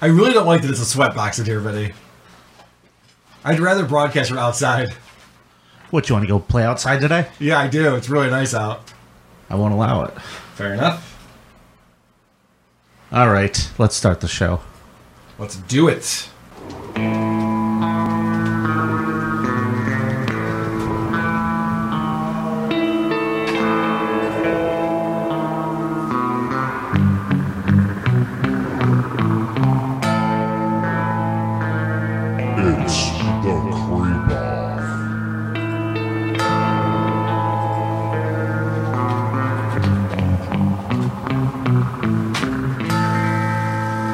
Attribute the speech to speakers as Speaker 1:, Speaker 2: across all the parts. Speaker 1: I really don't like that it's a sweatbox in here, buddy. I'd rather broadcast from outside.
Speaker 2: What you want to go play outside today?
Speaker 1: Yeah, I do. It's really nice out.
Speaker 2: I won't allow it.
Speaker 1: Fair enough.
Speaker 2: All right, let's start the show.
Speaker 1: Let's do it.
Speaker 3: It's the creep off.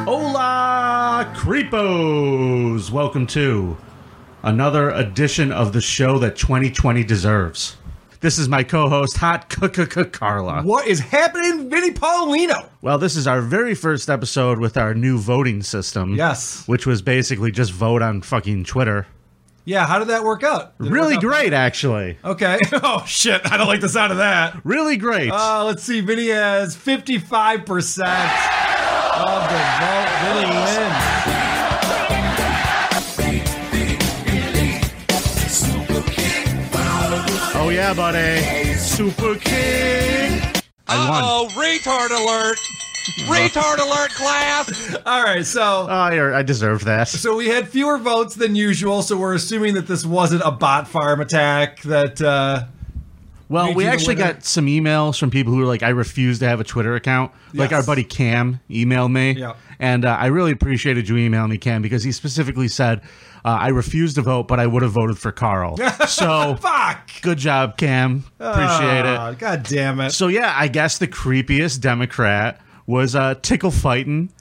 Speaker 2: Hola, creepos! Welcome to another edition of the show that 2020 deserves. This is my co-host, Hot Cook Carla.
Speaker 1: What is happening, Vinny Paulino?
Speaker 2: Well, this is our very first episode with our new voting system.
Speaker 1: Yes.
Speaker 2: Which was basically just vote on fucking Twitter.
Speaker 1: Yeah, how did that work out? Did it work
Speaker 2: really
Speaker 1: out-
Speaker 2: great, actually.
Speaker 1: Okay. Oh shit! I don't like the sound of that.
Speaker 2: Really great.
Speaker 1: Uh, let's see. Vinny has 55 percent of the vote. Vinny wins.
Speaker 2: oh, yeah, buddy. Super King. I won.
Speaker 4: Oh, retard alert! Retard alert, class!
Speaker 1: All right. So,
Speaker 2: Oh, you're- I deserve that.
Speaker 1: so we had fewer votes than usual. So we're assuming that this wasn't a bot farm attack. That uh,
Speaker 2: Well,
Speaker 1: Made
Speaker 2: we
Speaker 1: you the
Speaker 2: actually
Speaker 1: winner?
Speaker 2: got some emails from people who were like, "I refuse to have a Twitter account." Like
Speaker 1: Yes.
Speaker 2: our buddy Cam emailed me,
Speaker 1: Yeah.
Speaker 2: and uh, I really appreciated you emailing me, Cam, because he specifically said, uh, "I refuse to vote, but I would have voted for Carl." so,
Speaker 1: fuck.
Speaker 2: good job, Cam. Appreciate
Speaker 1: Ah,
Speaker 2: it.
Speaker 1: God damn it.
Speaker 2: So yeah, I guess the creepiest Democrat was uh, tickle fighting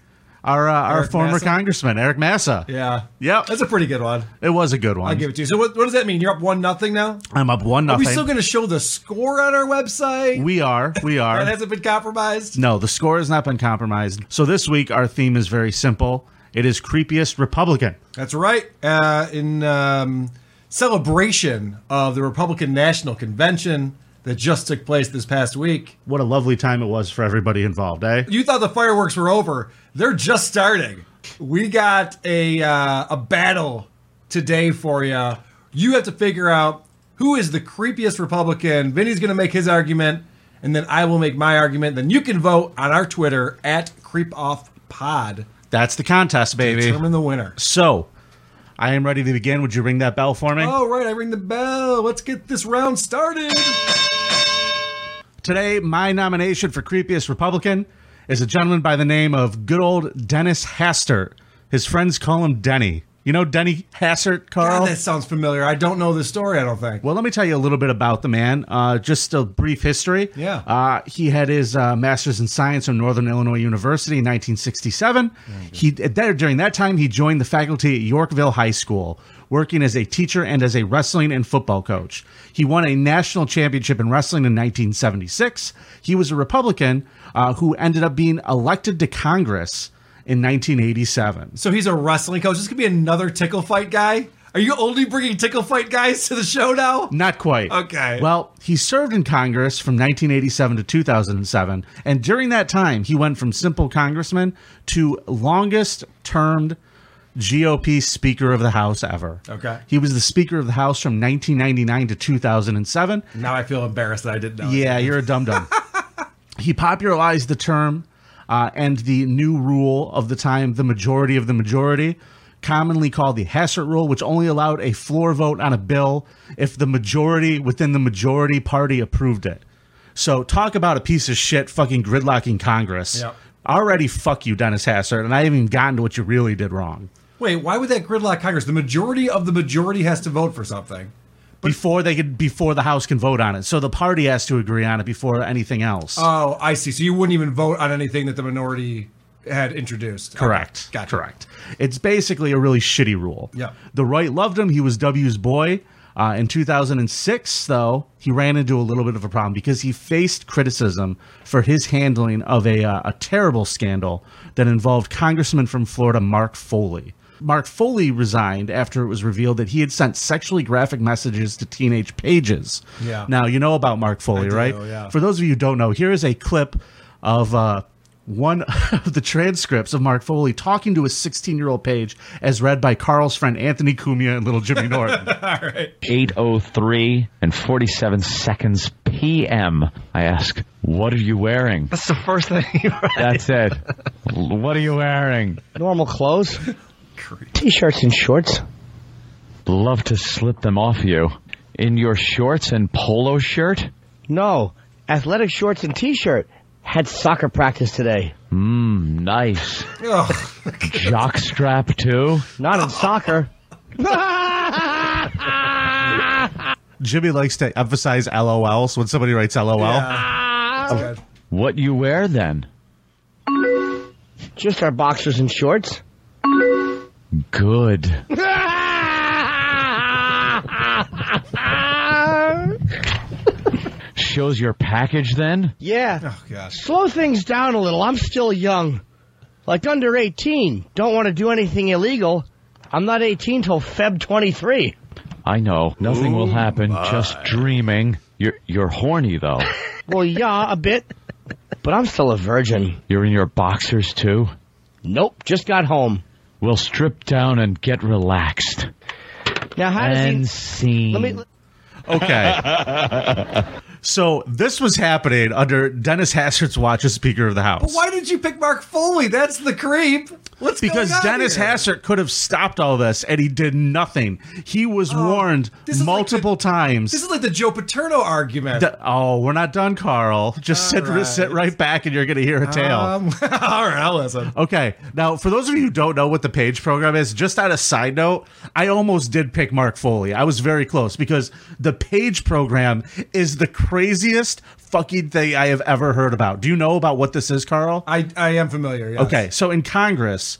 Speaker 2: our uh, our
Speaker 1: Eric
Speaker 2: former
Speaker 1: Massa?
Speaker 2: congressman Eric Massa.
Speaker 1: yeah.
Speaker 2: Yep.
Speaker 1: That's a pretty good one.
Speaker 2: it was a good one.
Speaker 1: I give it to you. So what, what does that mean? You're up one nothing now.
Speaker 2: I'm up one
Speaker 1: Are we
Speaker 2: nothing.
Speaker 1: still going to show the score on our website?
Speaker 2: we are. We are.
Speaker 1: that hasn't been compromised.
Speaker 2: No, the score has not been compromised. So this week, our theme is very simple. It is creepiest Republican.
Speaker 1: That's right. Uh, in um, celebration of the Republican National Convention that just took place this past week,
Speaker 2: What a lovely time it was for everybody involved, eh?
Speaker 1: you thought the fireworks were over. They're just starting. We got a uh, a battle today for you. You have to figure out who is the creepiest Republican. Vinny's going to make his argument, and then I will make my argument. Then you can vote on our Twitter at CreepOffPod.
Speaker 2: That's the contest, baby.
Speaker 1: Determine the winner.
Speaker 2: So, I am ready to begin. Would you ring that bell for me?
Speaker 1: All Oh, right, I ring the bell. Let's get this round started.
Speaker 2: Today, my nomination for creepiest Republican is a gentleman by the name of good old Dennis Hastert. His friends call him Denny. You know Denny Hastert, Carl?
Speaker 1: God, that sounds familiar. I don't know this story, I don't think.
Speaker 2: Well, let me tell you a little bit about the man. Uh, just a brief history.
Speaker 1: Yeah.
Speaker 2: Uh, he had his uh, master's in science from Northern Illinois University in 1967. He there, during that time he joined the faculty at Yorkville High School, working as a teacher and as a wrestling and football coach. He won a national championship in wrestling in 1976. He was a Republican uh, who ended up being elected to Congress in 1987.
Speaker 1: So he's a wrestling coach. This could be another tickle fight guy. Are you only bringing tickle fight guys to the show now?
Speaker 2: Not quite.
Speaker 1: Okay.
Speaker 2: Well, he served in Congress from 1987 to 2007, and during that time, he went from simple congressman to longest termed GOP Speaker of the House ever.
Speaker 1: Okay.
Speaker 2: He was the Speaker of the House from 1999 to 2007.
Speaker 1: Now I feel embarrassed that I didn't know.
Speaker 2: Yeah, you're a dum dum. he popularized the term uh, and the new rule of the time, the majority of the majority, commonly called the Hassert rule, which only allowed a floor vote on a bill if the majority within the majority party approved it. So talk about a piece of shit fucking gridlocking Congress.
Speaker 1: Yep.
Speaker 2: Already fuck you, Dennis Hassert, and I haven't even gotten to what you really did wrong.
Speaker 1: Wait, why would that gridlock Congress? The majority of the majority has to vote for something.
Speaker 2: before they could before the House can vote on it. So the party has to agree on it before anything else.
Speaker 1: Oh, I see. So you wouldn't even vote on anything that the minority had introduced. Okay.
Speaker 2: Correct.
Speaker 1: Gotcha.
Speaker 2: Correct. It's basically a really shitty rule.
Speaker 1: Yeah.
Speaker 2: The right loved him. He was W's boy. Uh, in 2006, though, he ran into a little bit of a problem because he faced criticism for his handling of a, uh, a terrible scandal that involved Congressman from Florida Mark Foley. Mark Foley resigned after it was revealed that he had sent sexually graphic messages to teenage pages.
Speaker 1: Yeah.
Speaker 2: Now, you know about Mark Foley,
Speaker 1: do,
Speaker 2: right?
Speaker 1: yeah.
Speaker 2: For those of you who don't know, here is a clip of uh, one of the transcripts of Mark Foley talking to his 16 year old page, as read by Carl's friend Anthony Cumia and little Jimmy Norton.
Speaker 5: 8:03 and 47 seconds p.m. I ask, "What are you wearing?"
Speaker 6: That's the first thing you read.
Speaker 5: That's it. what are you wearing?
Speaker 7: Normal clothes, t-shirts and shorts.
Speaker 5: Love to slip them off you. In your shorts and polo shirt?
Speaker 7: No, athletic shorts and t-shirt. Had soccer practice today.
Speaker 5: Hmm, Nice.
Speaker 1: Ugh.
Speaker 5: Jockstrap too?
Speaker 7: Not in soccer.
Speaker 2: Jimmy likes to emphasize LOLs when somebody writes LOL.
Speaker 1: Yeah. That's good.
Speaker 5: What you wear then?
Speaker 7: Just our boxers and shorts.
Speaker 5: Good. Shows your package then?
Speaker 7: Yeah.
Speaker 1: Oh, gosh.
Speaker 7: Slow things down a little. I'm still young. Like under 18. Don't want to do anything illegal. I'm not 18 till Feb 23.
Speaker 5: I know. Nothing will happen. Just dreaming. You're you're horny though.
Speaker 7: Well, yeah, a bit. But I'm still a virgin.
Speaker 5: You're in your boxers too.
Speaker 7: Nope, just got home.
Speaker 5: We'll strip down and get relaxed.
Speaker 7: Now, how does
Speaker 5: And
Speaker 7: he.
Speaker 5: scene.
Speaker 7: Let me.
Speaker 2: Okay. so this was happening under Dennis Hassard's watch as Speaker of the House.
Speaker 1: But why did you pick Mark Foley? That's the creep. What's
Speaker 2: because
Speaker 1: going on
Speaker 2: Dennis
Speaker 1: here?
Speaker 2: Hassert could have stopped all this and he did nothing. He was warned
Speaker 1: Oh, this is like
Speaker 2: multiple times.
Speaker 1: This is like the Joe Paterno argument.
Speaker 2: that- oh, we're not done, Carl. Just sit
Speaker 1: right.
Speaker 2: sit right back and you're going to hear a tale.
Speaker 1: Um, all right, I'll listen.
Speaker 2: Okay. Now, for those of you who don't know what the page program is, just on a side note, I almost did pick Mark Foley. I was very close because the page program is the craziest fucking thing I have ever heard about. Do you know about what this is, Carl?
Speaker 1: I, I am familiar. Yes.
Speaker 2: Okay, so in Congress,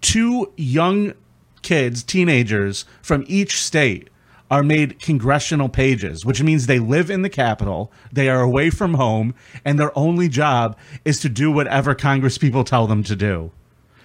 Speaker 2: two young kids, teenagers from each state, are made congressional pages, which means they live in the Capitol, they are away from home, and their only job is to do whatever Congress people tell them to do.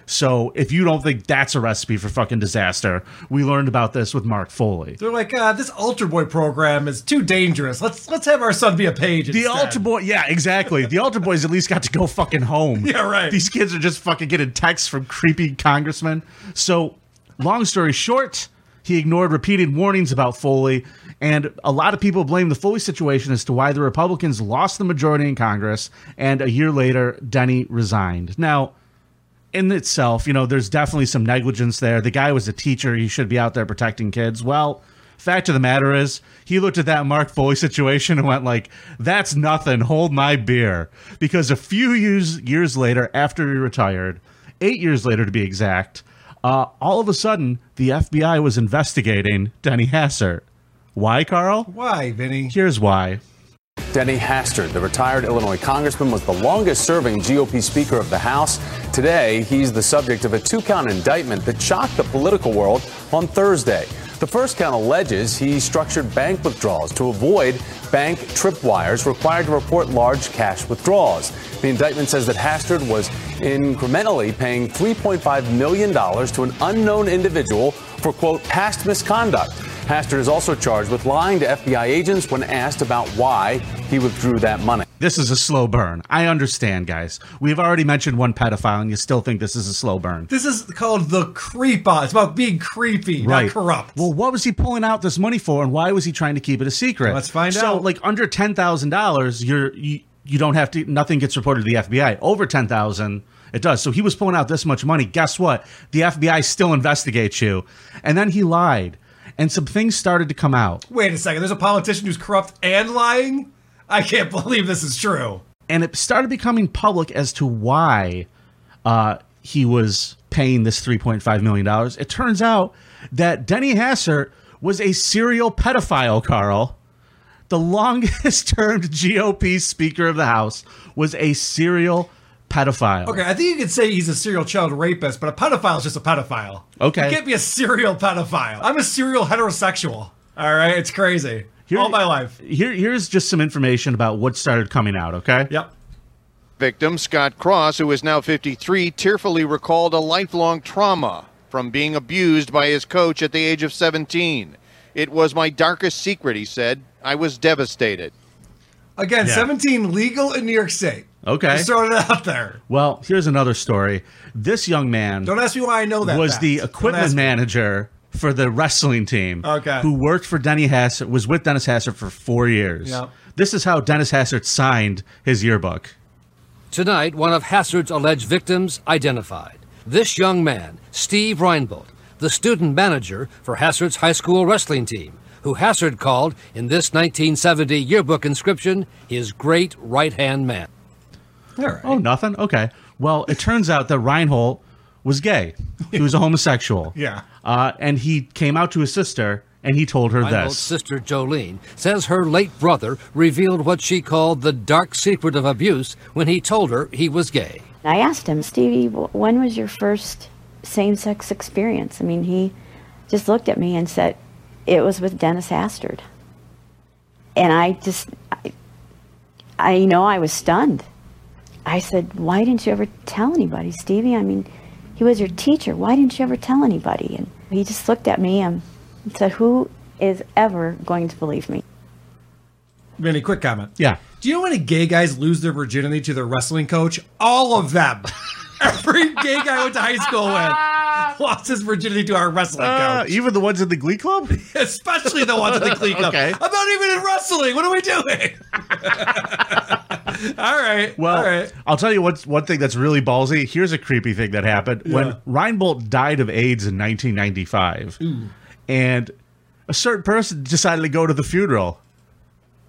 Speaker 2: So if you don't think that's a recipe for fucking disaster, we learned about this with Mark Foley.
Speaker 1: They're like, uh, this Ultra Boy program is too dangerous. Let's let's have our son be a page.
Speaker 2: The
Speaker 1: instead.
Speaker 2: altar boy, yeah, exactly. The altar boys at least got to go fucking home.
Speaker 1: Yeah, right.
Speaker 2: These kids are just fucking getting texts from creepy congressmen. So, long story short, he ignored repeated warnings about Foley, and a lot of people blame the Foley situation as to why the Republicans lost the majority in Congress. And a year later, Denny resigned. Now in itself, you know, there's definitely some negligence there. The guy was a teacher. He should be out there protecting kids. Well, fact of the matter is, he looked at that Mark Foley situation and went like, that's nothing. Hold my beer. Because a few years, years later, after he retired, eight years later to be exact, uh, all of a sudden, the FBI was investigating Denny Hassert. Why, Carl?
Speaker 1: Why, Vinny?
Speaker 2: Here's why.
Speaker 8: Denny Hastert, the retired Illinois congressman, was the longest serving GOP Speaker of the House. Today, he's the subject of a two count indictment that shocked the political world on Thursday. The first count alleges he structured bank withdrawals to avoid bank tripwires required to report large cash withdrawals. The indictment says that Hastert was incrementally paying $3.5 million to an unknown individual for, quote, past misconduct. Hastert is also charged with lying to FBI agents when asked about why he withdrew that money.
Speaker 2: This is a slow burn. I understand, guys. We've already mentioned one pedophile, and you still think this is a slow burn.
Speaker 1: This is called the creepa. It's about being creepy, not corrupt.
Speaker 2: Well, what was he pulling out this money for, and why was he trying to keep it a secret?
Speaker 1: Let's find
Speaker 2: So,
Speaker 1: out.
Speaker 2: like under ten thousand dollars, you're you, you don't have to. Nothing gets reported to the FBI. Over ten thousand, it does. So he was pulling out this much money. Guess what? The FBI still investigates you, and then he lied, and some things started to come out.
Speaker 1: Wait a second. There's a politician who's corrupt and lying. I can't believe this is true.
Speaker 2: and it started becoming public as to why uh, he was paying this $3.5 million. It turns out that Denny Hassert was a serial pedophile, Carl. The longest termed GOP Speaker of the House was a serial pedophile.
Speaker 1: Okay, I think you could say he's a serial child rapist, but a pedophile is just a pedophile.
Speaker 2: Okay.
Speaker 1: You can't be a serial pedophile. I'm a serial heterosexual. All right, it's crazy.
Speaker 2: Here-
Speaker 1: All my life.
Speaker 2: Here, here's just some information about what started coming out, okay?
Speaker 1: Yep.
Speaker 9: Victim Scott Cross, who is now 53, tearfully recalled a lifelong trauma from being abused by his coach at the age of 17. It was my darkest secret, he said. I was devastated.
Speaker 1: Again,
Speaker 2: Yeah.
Speaker 1: 17 legal in New York State.
Speaker 2: Okay.
Speaker 1: Just throwing it out there.
Speaker 2: Well, here's another story. This young man
Speaker 1: Don't ask me why I know that.
Speaker 2: was
Speaker 1: fact.
Speaker 2: the
Speaker 1: Don't
Speaker 2: equipment
Speaker 1: ask me.
Speaker 2: manager for the wrestling team.
Speaker 1: Okay.
Speaker 2: Who worked for Denny Hassert, was with Dennis Hassert for four years.
Speaker 1: Yep.
Speaker 2: This is how Dennis Hassert signed his yearbook.
Speaker 6: Tonight, one of Hassard's alleged victims identified. This young man, Steve Reinbold, the student manager for Hassard's high school wrestling team, who Hassard called, in this 1970 yearbook inscription, his great right hand man.
Speaker 1: All right.
Speaker 2: Oh, nothing? Okay. Well, it turns out that Reinhold was gay. He was a homosexual.
Speaker 1: Yeah.
Speaker 2: Uh, and he came out to his sister and he told her
Speaker 6: Reinbold's
Speaker 2: this.
Speaker 6: sister Jolene says her late brother revealed what she called the dark secret of abuse when he told her he was gay.
Speaker 10: I asked him, Stevie, wh- when was your first same sex experience? I mean, he just looked at me and said, it was with Dennis Astard. And I just, I, I know I was stunned. I said, why didn't you ever tell anybody, Stevie? I mean, he was your teacher. Why didn't you ever tell anybody? And he just looked at me and said, who is ever going to believe me?
Speaker 1: Vinny, quick comment.
Speaker 2: Yeah.
Speaker 1: Do you know how many gay guys lose their virginity to their wrestling coach? All of them. Every gay guy I went to high school with lost his virginity to our wrestling
Speaker 2: Uh,
Speaker 1: coach.
Speaker 2: even the ones in the Glee Club?
Speaker 1: Especially the ones in the Glee Club.
Speaker 2: Okay.
Speaker 1: I'm not even in wrestling. What are we doing? all right.
Speaker 2: Well,
Speaker 1: all right.
Speaker 2: I'll tell you what's one thing that's really ballsy. Here's a creepy thing that happened when Reinbold died of AIDS in 1995, and a certain person decided to go to the funeral.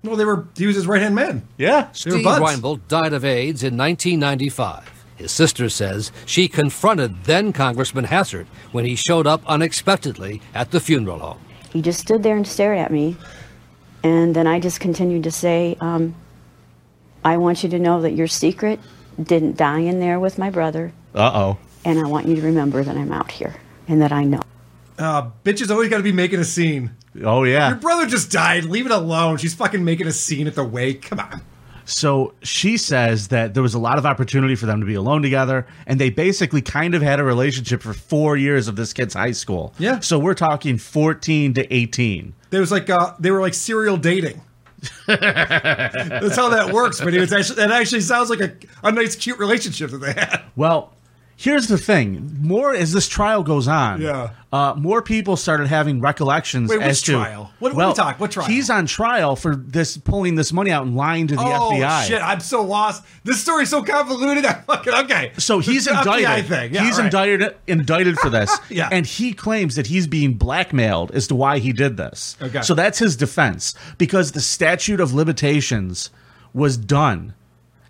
Speaker 1: Well, they were. He was his right hand man.
Speaker 2: Yeah,
Speaker 1: They were
Speaker 6: Steve
Speaker 1: buds.
Speaker 6: Reinbold died of AIDS in 1995. His sister says she confronted then Congressman Hassard when he showed up unexpectedly at the funeral home.
Speaker 10: He just stood there and stared at me. And then I just continued to say, um, I want you to know that your secret didn't die in there with my brother.
Speaker 2: Uh oh.
Speaker 10: And I want you to remember that I'm out here and that I know.
Speaker 1: Uh, bitches always got to be making a scene.
Speaker 2: Oh
Speaker 1: Your
Speaker 2: yeah.
Speaker 1: brother just died. Leave it alone. She's fucking making a scene at the wake. Come on.
Speaker 2: So she says that there was a lot of opportunity for them to be alone together, and they basically kind of had a relationship for four years of this kid's high school.
Speaker 1: Yeah.
Speaker 2: So we're talking 14 to 18.
Speaker 1: There was like uh, they were like serial dating. That's how that works, but it was actually that actually sounds like a, a nice cute relationship that they had.
Speaker 2: Well, here's the thing. More as this trial goes on,
Speaker 1: Yeah.
Speaker 2: uh, more people started having recollections
Speaker 1: Wait, which
Speaker 2: as to
Speaker 1: trial? What- what
Speaker 2: well,
Speaker 1: we talk- what trial?
Speaker 2: He's on trial for this pulling this money out and lying to the
Speaker 1: oh
Speaker 2: FBI.
Speaker 1: shit, I'm so lost. This story's so convoluted. I fucking okay.
Speaker 2: So he's
Speaker 1: the FBI
Speaker 2: indicted.
Speaker 1: Thing. Yeah,
Speaker 2: he's
Speaker 1: right.
Speaker 2: indicted indicted for this,
Speaker 1: Yeah.
Speaker 2: and he claims that he's being blackmailed as to why he did this.
Speaker 1: Okay.
Speaker 2: So that's his defense because the statute of limitations was done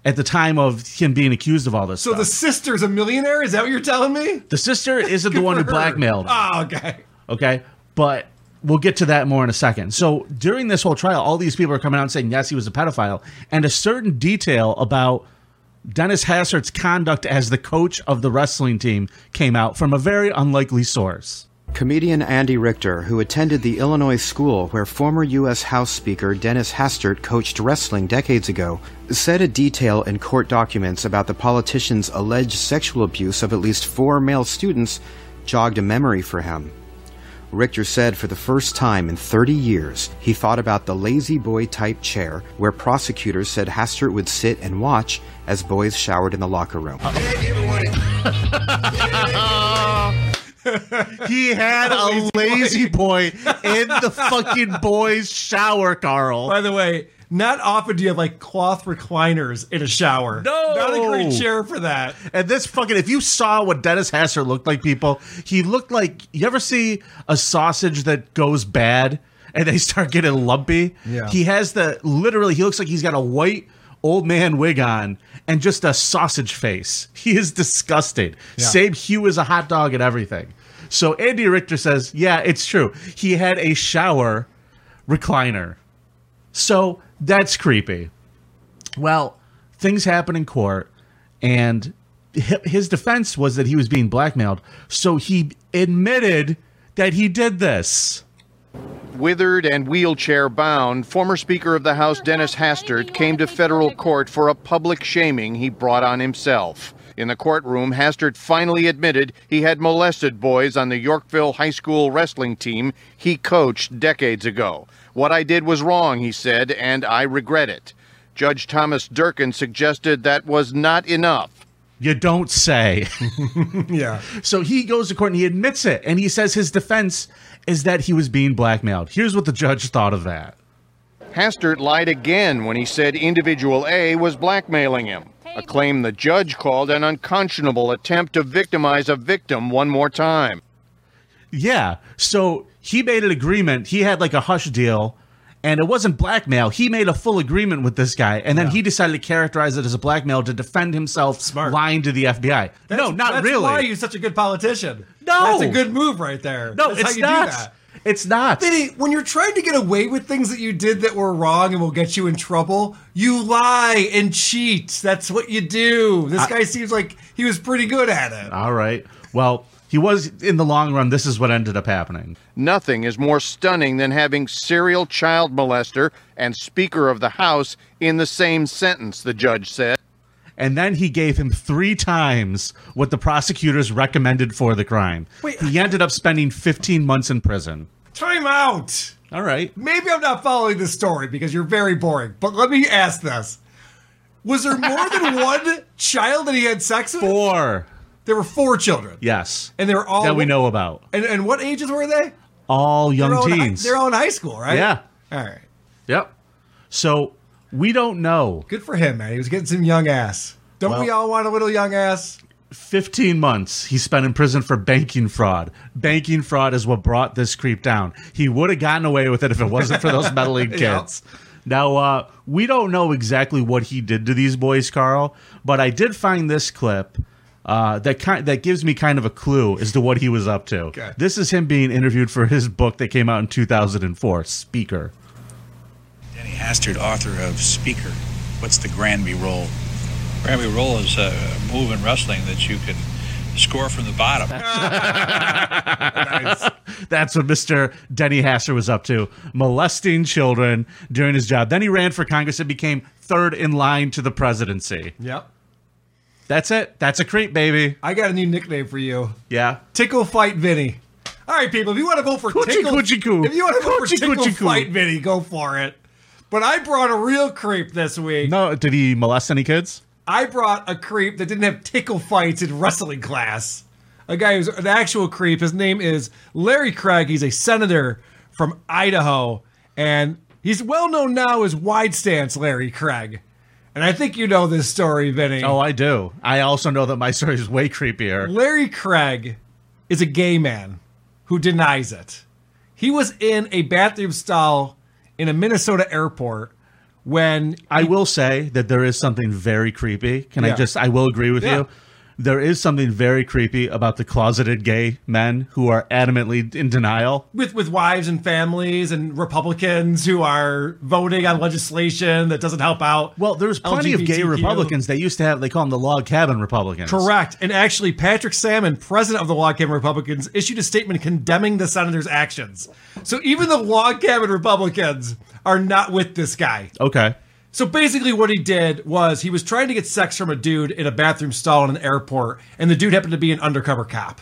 Speaker 2: at the time of him being accused of all this.
Speaker 1: So the
Speaker 2: stuff.
Speaker 1: sister's a millionaire. Is that what you're telling me?
Speaker 2: the sister isn't the one who
Speaker 1: For her.
Speaker 2: blackmailed. him.
Speaker 1: Oh, okay.
Speaker 2: Okay. But we'll get to that more in a second. So during this whole trial, all these people are coming out and saying, yes, he was a pedophile. And a certain detail about Dennis Hassert's conduct as the coach of the wrestling team came out from a very unlikely source.
Speaker 11: Comedian Andy Richter, who attended the Illinois school where former U.S. House Speaker Dennis Hastert coached wrestling decades ago, said a detail in court documents about the politician's alleged sexual abuse of at least four male students jogged a memory for him. Richter said for the first time in 30 years, he thought about the lazy boy type chair where prosecutors said Hastert would sit and watch as boys showered in the locker room.
Speaker 2: He had a lazy boy in the fucking boys' shower, Carl.
Speaker 1: By the way, not often do you have like cloth recliners in a shower.
Speaker 2: No.
Speaker 1: not a great chair for that.
Speaker 2: And this fucking, if you saw what Dennis Hassert looked like, people, he looked like, you ever see a sausage that goes bad and they start getting lumpy?
Speaker 1: Yeah.
Speaker 2: He has the, literally, he looks like he's got a white old man wig on and just a sausage face. He is disgusting. Same hue as a hot dog and everything. So Andy Richter says, yeah, it's true. He had a shower recliner. So that's creepy. Well, things happen in court, and hi- his defense was that he was being blackmailed. So he admitted that he did this.
Speaker 9: Withered and wheelchair bound, former Speaker of the House Dennis Hastert came to federal court for a public shaming he brought on himself. In the courtroom, Hastert finally admitted he had molested boys on the Yorkville High School wrestling team he coached decades ago. What I did was wrong, he said, and I regret it. Judge Thomas Durkin suggested that was not enough.
Speaker 2: You don't say.
Speaker 1: yeah.
Speaker 2: So he goes to court and he admits it. And he says his defense is that he was being blackmailed. Here's what the judge thought of that.
Speaker 9: Hastert lied again when he said individual A was blackmailing him, a claim the judge called an unconscionable attempt to victimize a victim one more time.
Speaker 2: Yeah. So he made an agreement. He had like a hush deal, and it wasn't blackmail. He made a full agreement with this guy, and then he decided to characterize it as a blackmail to defend himself lying to the FBI. no, not
Speaker 1: that's
Speaker 2: really.
Speaker 1: Why you're such a good politician?
Speaker 2: No.
Speaker 1: that's a good move right there.
Speaker 2: No,
Speaker 1: That's
Speaker 2: it's
Speaker 1: how you
Speaker 2: not.
Speaker 1: Do that.
Speaker 2: It's not.
Speaker 1: Vinny, when you're trying to get away with things that you did that were wrong and will get you in trouble, you lie and cheat. That's what you do. This guy seems like he was pretty good at it.
Speaker 2: All right. Well, he was in the long run. This is what ended up happening.
Speaker 9: Nothing is more stunning than having serial child molester and Speaker of the House in the same sentence, the judge said.
Speaker 2: And then he gave him three times what the prosecutors recommended for the crime.
Speaker 1: Wait.
Speaker 2: He ended up spending 15 months in prison.
Speaker 1: Time out.
Speaker 2: All right.
Speaker 1: Maybe I'm not following this story because you're very boring, but let me ask this. Was there more than one child that he had sex with?
Speaker 2: Four.
Speaker 1: There were four children.
Speaker 2: Yes.
Speaker 1: And they were all
Speaker 2: that we know about.
Speaker 1: And, and what ages were they?
Speaker 2: All young
Speaker 1: they're all in hi-
Speaker 2: teens.
Speaker 1: they're all in high school, right?
Speaker 2: Yeah.
Speaker 1: All right.
Speaker 2: Yep. So we don't know.
Speaker 1: Good for him, man. He was getting some young ass. Don't we all want a little young ass?
Speaker 2: 15 months he spent in prison for banking fraud. Banking fraud is what brought this creep down. He would have gotten away with it if it wasn't for those meddling kids.
Speaker 1: Yeah.
Speaker 2: Now, uh, we don't know exactly what he did to these boys, Carl, but I did find this clip uh, that kind that gives me kind of a clue as to what he was up to. This is him being interviewed for his book that came out in 2004, Speaker.
Speaker 12: Danny Hastert, author of Speaker. What's the Granby Roll? Granby Roll is uh, a move in wrestling that you can score from the bottom.
Speaker 2: That's what Mr. Denny Hasser was up to, molesting children during his job. Then he ran for Congress and became third in line to the presidency.
Speaker 1: Yep.
Speaker 2: That's it. That's a creep, baby.
Speaker 1: I got a new nickname for you.
Speaker 2: Yeah.
Speaker 1: Tickle Fight Vinny. All right, people. If you want to vote for
Speaker 2: Coochie,
Speaker 1: Tickle,
Speaker 2: coochie, coo.
Speaker 1: if you want to vote for
Speaker 2: Coochie,
Speaker 1: Tickle
Speaker 2: coochie, coo.
Speaker 1: Fight Vinny, go for it. But I brought a real creep this week.
Speaker 2: No, did he molest any kids?
Speaker 1: I brought a creep that didn't have tickle fights in wrestling class. A guy who's an actual creep. His name is Larry Craig. He's a senator from Idaho, and he's well known now as Wide Stance Larry Craig. And I think you know this story, Vinny.
Speaker 2: Oh, I do. I also know that my story is way creepier.
Speaker 1: Larry Craig is a gay man who denies it. He was in a bathroom stall in a Minnesota airport when
Speaker 2: I will say that there is something very creepy. Can I
Speaker 1: Yeah.
Speaker 2: just, I will agree with
Speaker 1: Yeah.
Speaker 2: you. There is something very creepy about the closeted gay men who are adamantly in denial.
Speaker 1: with with wives and families and Republicans who are voting on legislation that doesn't help out.
Speaker 2: Well, there's Plenty of gay Republicans, they used to have, they call them the log cabin Republicans.
Speaker 1: Correct. And actually, Patrick Salmon, president of the Log Cabin Republicans, issued a statement condemning the senator's actions. So even the Log Cabin Republicans are not with this guy.
Speaker 2: Okay.
Speaker 1: So basically, what he did was he was trying to get sex from a dude in a bathroom stall in an airport, and the dude happened to be an undercover cop.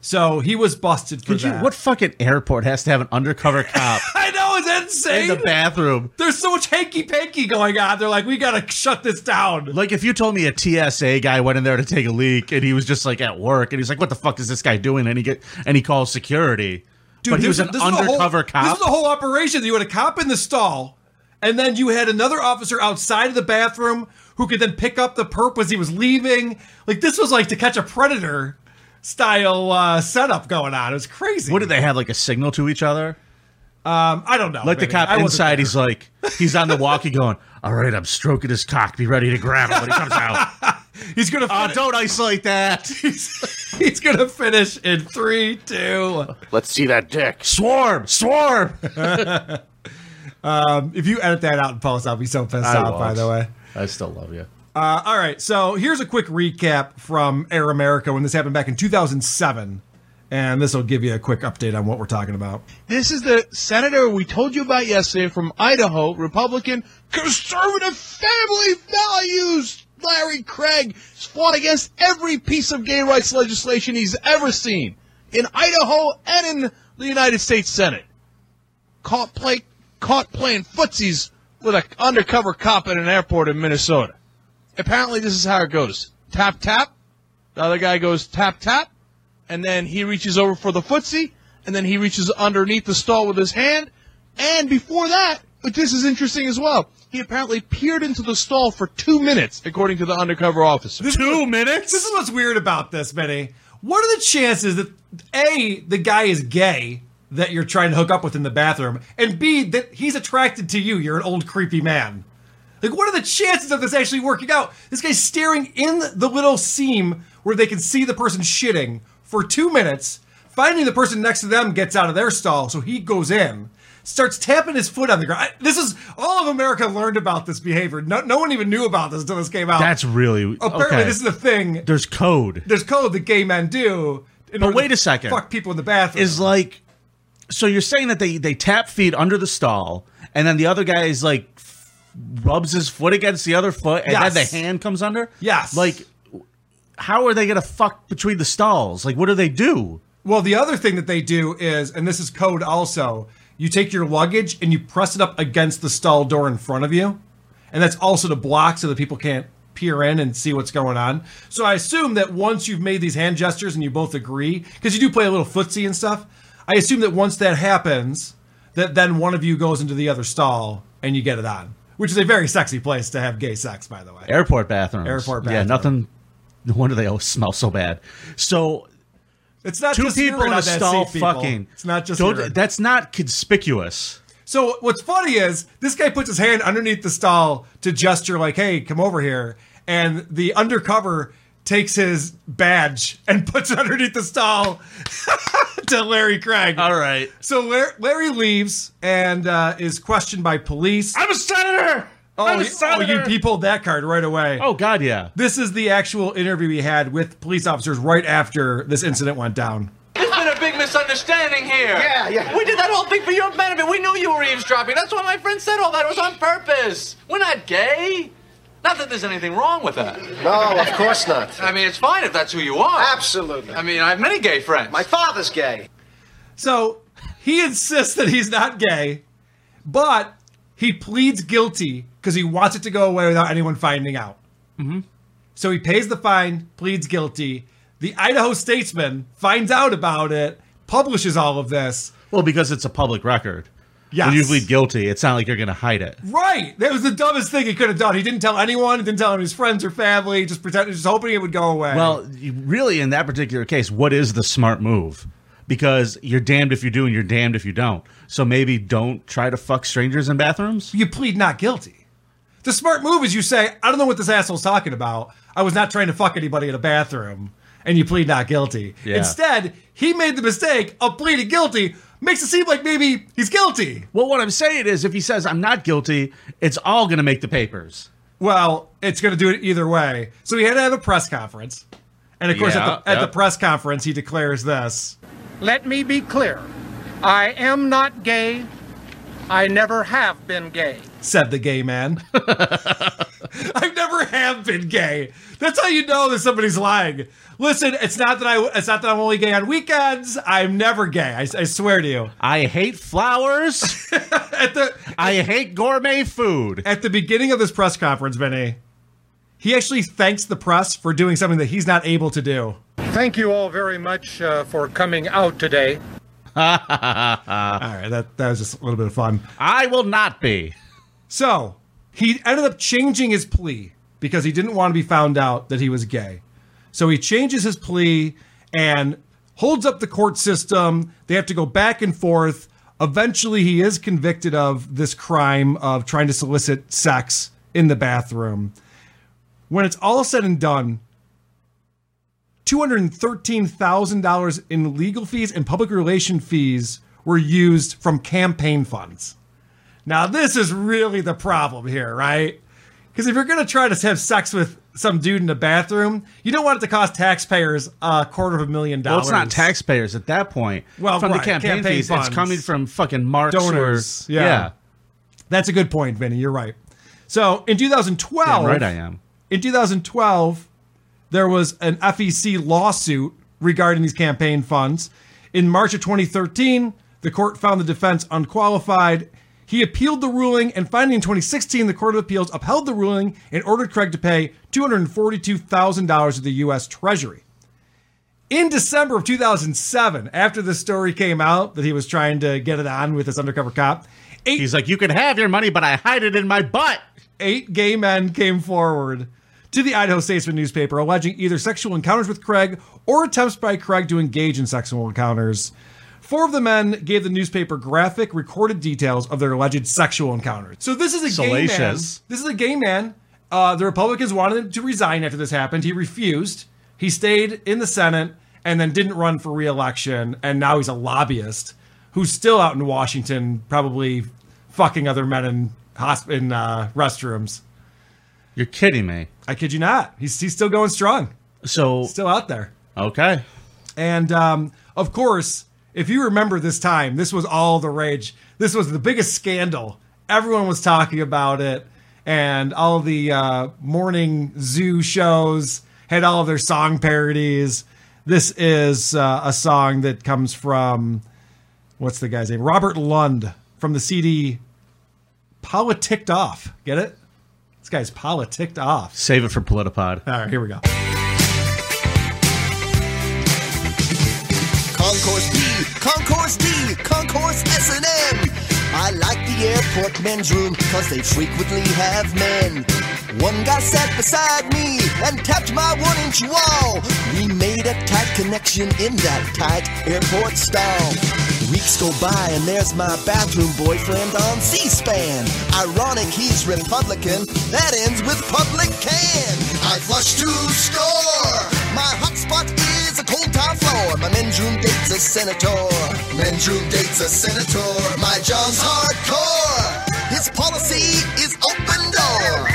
Speaker 1: So he was busted for
Speaker 2: Could you?
Speaker 1: that.
Speaker 2: What fucking airport has to have an undercover cop
Speaker 1: I know it's
Speaker 2: in
Speaker 1: insane.
Speaker 2: the bathroom?
Speaker 1: There's so much hanky panky going on. They're like, we gotta shut this down.
Speaker 2: Like, if you told me a TSA guy went in there to take a leak and he was just like at work and he's like, "What the fuck is this guy doing?" and he get and he calls security, but he was
Speaker 1: this-
Speaker 2: an
Speaker 1: this is a whole-
Speaker 2: undercover
Speaker 1: This
Speaker 2: cop.
Speaker 1: is the whole operation. You had a cop in the stall, and then you had another officer outside of the bathroom who could then pick up the perp as he was leaving. Like this was like to catch a predator style uh, setup going on. It was crazy.
Speaker 2: what did they have? Like a signal to each other?
Speaker 1: Um, I don't know.
Speaker 2: like the
Speaker 1: Vinny.
Speaker 2: cop
Speaker 1: I wasn't
Speaker 2: inside, he's like, he's on the walkie going, "All right, I'm stroking his cock. Be ready to grab him when he comes out."
Speaker 1: He's gonna.
Speaker 2: Oh, don't isolate that.
Speaker 1: He's, he's gonna finish in three, two.
Speaker 2: Let's see that dick. Swarm, swarm.
Speaker 1: um, if you edit that out and post, I'll be so pissed
Speaker 2: I
Speaker 1: off. By
Speaker 2: won't.
Speaker 1: the way.
Speaker 2: I still love you.
Speaker 1: Uh, all right, so here's a quick recap from Air America when this happened back in 2007, and this will give you a quick update on what we're talking about.
Speaker 13: This is the senator we told you about yesterday from Idaho, Republican, conservative family values. Larry Craig has fought against every piece of gay rights legislation he's ever seen in Idaho and in the United States Senate. Caught play, caught playing footsies with an undercover cop at an airport in Minnesota. Apparently, this is how it goes: tap tap. The other guy goes tap tap, and then he reaches over for the footsie, and then he reaches underneath the stall with his hand. And before that, but this is interesting as well. He apparently peered into the stall for two minutes, according to the undercover officer.
Speaker 1: Two minutes? This is what's weird about this, Benny. What are the chances that A, the guy is gay that you're trying to hook up with in the bathroom, and B, that he's attracted to you? You're an old creepy man. Like, what are the chances of this actually working out? This guy's staring in the little seam where they can see the person shitting for two minutes. Finally, the person next to them gets out of their stall, so he goes in, starts tapping his foot on the ground. I- this is all of America learned about this behavior. No, no one even knew about this until this came out.
Speaker 2: That's really
Speaker 1: Apparently,
Speaker 2: okay.
Speaker 1: this is a thing.
Speaker 2: There's code.
Speaker 1: There's code that gay men do. in
Speaker 2: But
Speaker 1: order
Speaker 2: wait
Speaker 1: to
Speaker 2: a second.
Speaker 1: Fuck people in the bathroom.
Speaker 2: Is like, so you're saying that they they tap feet under the stall, and then the other guy is like f- rubs his foot against the other foot, and then
Speaker 1: Yes.
Speaker 2: the hand comes under.
Speaker 1: Yes.
Speaker 2: Like, how are they gonna fuck between the stalls? Like, what do they do?
Speaker 1: Well, the other thing that they do is, and this is code also, you take your luggage and you press it up against the stall door in front of you. And that's also to block so that people can't peer in and see what's going on. So I assume that once you've made these hand gestures and you both agree, because you do play a little footsie and stuff, I assume that once that happens, that then one of you goes into the other stall and you get it on, which is a very sexy place to have gay sex, by the way.
Speaker 2: Airport bathrooms.
Speaker 1: Airport
Speaker 2: Yeah,
Speaker 1: bathroom.
Speaker 2: nothing. No wonder they all smell so bad. So
Speaker 1: It's not
Speaker 2: two
Speaker 1: just
Speaker 2: people
Speaker 1: urine
Speaker 2: in
Speaker 1: on
Speaker 2: a
Speaker 1: that
Speaker 2: stall
Speaker 1: seat, people.
Speaker 2: fucking.
Speaker 1: It's not just
Speaker 2: Don't-
Speaker 1: urine.
Speaker 2: that's not conspicuous.
Speaker 1: So what's funny is this guy puts his hand underneath the stall to gesture like, "Hey, come over here," and the undercover takes his badge and puts it underneath the stall to Larry Craig. All
Speaker 2: right.
Speaker 1: So Lar- Larry leaves and uh, is questioned by police.
Speaker 2: I'm a senator.
Speaker 1: Oh,
Speaker 2: I'm a
Speaker 1: you-
Speaker 2: senator!
Speaker 1: oh, you, you pulled that card right away.
Speaker 2: Oh God, yeah.
Speaker 1: This is the actual interview we had with police officers right after this incident went down.
Speaker 14: There's been a big misunderstanding here.
Speaker 15: Yeah, yeah.
Speaker 14: We did that whole thing for your benefit. We knew you were eavesdropping. That's why my friend said all that. It was on purpose. We're not gay. Not that there's anything wrong with that.
Speaker 15: No, of course not.
Speaker 14: I mean, it's fine if that's who you are.
Speaker 15: Absolutely.
Speaker 14: I mean, I have many gay friends.
Speaker 15: My father's gay.
Speaker 1: So he insists that he's not gay, but he pleads guilty because he wants it to go away without anyone finding out.
Speaker 2: Mhm.
Speaker 1: So he pays the fine, pleads guilty. The Idaho Statesman finds out about it, publishes all of this.
Speaker 2: Well, because it's a public record.
Speaker 1: Yes.
Speaker 2: When you plead guilty, it's not like you're going to hide it.
Speaker 1: Right, that was the dumbest thing he could have done. He didn't tell anyone. He didn't tell his friends or family. Just pretended, just hoping it would go away.
Speaker 2: Well, you- really, in that particular case, what is the smart move? Because you're damned if you do and you're damned if you don't. So maybe don't try to fuck strangers in bathrooms.
Speaker 1: You plead not guilty. The smart move is you say, I don't know what this asshole's talking about. I was not trying to fuck anybody in a bathroom. And you plead not guilty.
Speaker 2: Yeah.
Speaker 1: Instead, he made the mistake of pleading guilty, makes it seem like maybe he's guilty.
Speaker 2: Well, what I'm saying is, if he says I'm not guilty, it's all going to make the papers.
Speaker 1: Well, it's going to do it either way. So he had to have a press conference. And of course, at, the,
Speaker 2: Yeah,
Speaker 1: at the
Speaker 2: yeah.
Speaker 1: press conference, he declares this.
Speaker 16: Let me be clear. I am not gay. I never have been gay.
Speaker 1: said the gay man. I never have been gay. That's how you know that somebody's lying. Listen, it's not that I. It's not that I'm only gay on weekends. I'm never gay. I, I swear to you.
Speaker 2: I hate flowers.
Speaker 1: at the,
Speaker 2: I hate gourmet food.
Speaker 1: At the beginning of this press conference, Benny, he actually thanks the press for doing something that he's not able to do.
Speaker 16: Thank you all very much uh, for coming out today.
Speaker 1: All right, that, that was just a little bit of fun.
Speaker 2: I will not be.
Speaker 1: So he ended up changing his plea because he didn't want to be found out that he was gay. So he changes his plea and holds up the court system. They have to go back and forth. Eventually, he is convicted of this crime of trying to solicit sex in the bathroom. When it's all said and done, $213,000 in legal fees and public relation fees were used from campaign funds. Now, this is really the problem here, right? Because if you're going to try to have sex with some dude in a bathroom, you don't want it to cost taxpayers a quarter of a million
Speaker 2: Well,
Speaker 1: dollars.
Speaker 2: it's not taxpayers at that point.
Speaker 1: Well,
Speaker 2: from
Speaker 1: right,
Speaker 2: the campaign,
Speaker 1: campaign
Speaker 2: fees,
Speaker 1: funds.
Speaker 2: it's coming from fucking marks
Speaker 1: donors.
Speaker 2: Or,
Speaker 1: yeah. That's a good point, Vinny. You're right. So in 2012,
Speaker 2: Damn right I am.
Speaker 1: In 2012, there was an FEC lawsuit regarding these campaign funds. In March of 2013, the court found the defense unqualified. He appealed the ruling, and finally in 2016, the Court of Appeals upheld the ruling and ordered Craig to pay $242,000 to the U.S. Treasury. In December of 2007, after the story came out that he was trying to get it on with this undercover cop, eight, he's
Speaker 2: like, "You can have your money, but I hide it in my butt."
Speaker 1: Eight gay men came forward to the Idaho Statesman newspaper alleging either sexual encounters with Craig or attempts by Craig to engage in sexual encounters. Four of the men gave the newspaper graphic, recorded details of their alleged sexual encounters. So this is a gay man.
Speaker 2: Salacious.
Speaker 1: This is a gay man. Uh, the Republicans wanted him to resign after this happened. He refused. He stayed in the Senate and then didn't run for reelection. And now he's a lobbyist who's still out in Washington, probably fucking other men in hosp- in uh, restrooms.
Speaker 2: You're kidding me.
Speaker 1: I kid you not. He's he's still going strong.
Speaker 2: So
Speaker 1: still out there.
Speaker 2: Okay.
Speaker 1: And um, of course, if you remember this time, this was all the rage. This was the biggest scandal. Everyone was talking about it, and all the uh, morning zoo shows had all of their song parodies. This is uh, a song that comes from what's the guy's name? Robert Lund from the CD Politicked Off. Get it? This guy's politicked off.
Speaker 2: Save it for Politipod.
Speaker 1: All right, here we go.
Speaker 17: Concourse B, Concourse D, Concourse S and M. I like the airport men's room because they frequently have men. One guy sat beside me and tapped my one inch wall. We made a tight connection in that tight airport stall. Weeks go by and there's my bathroom boyfriend on C-SPAN. Ironic he's Republican, that ends with public can. I flush to score. My hotspot is a cold tile floor. My men's room dates a senator. Men's room dates a senator. My job's hardcore. His policy is open door.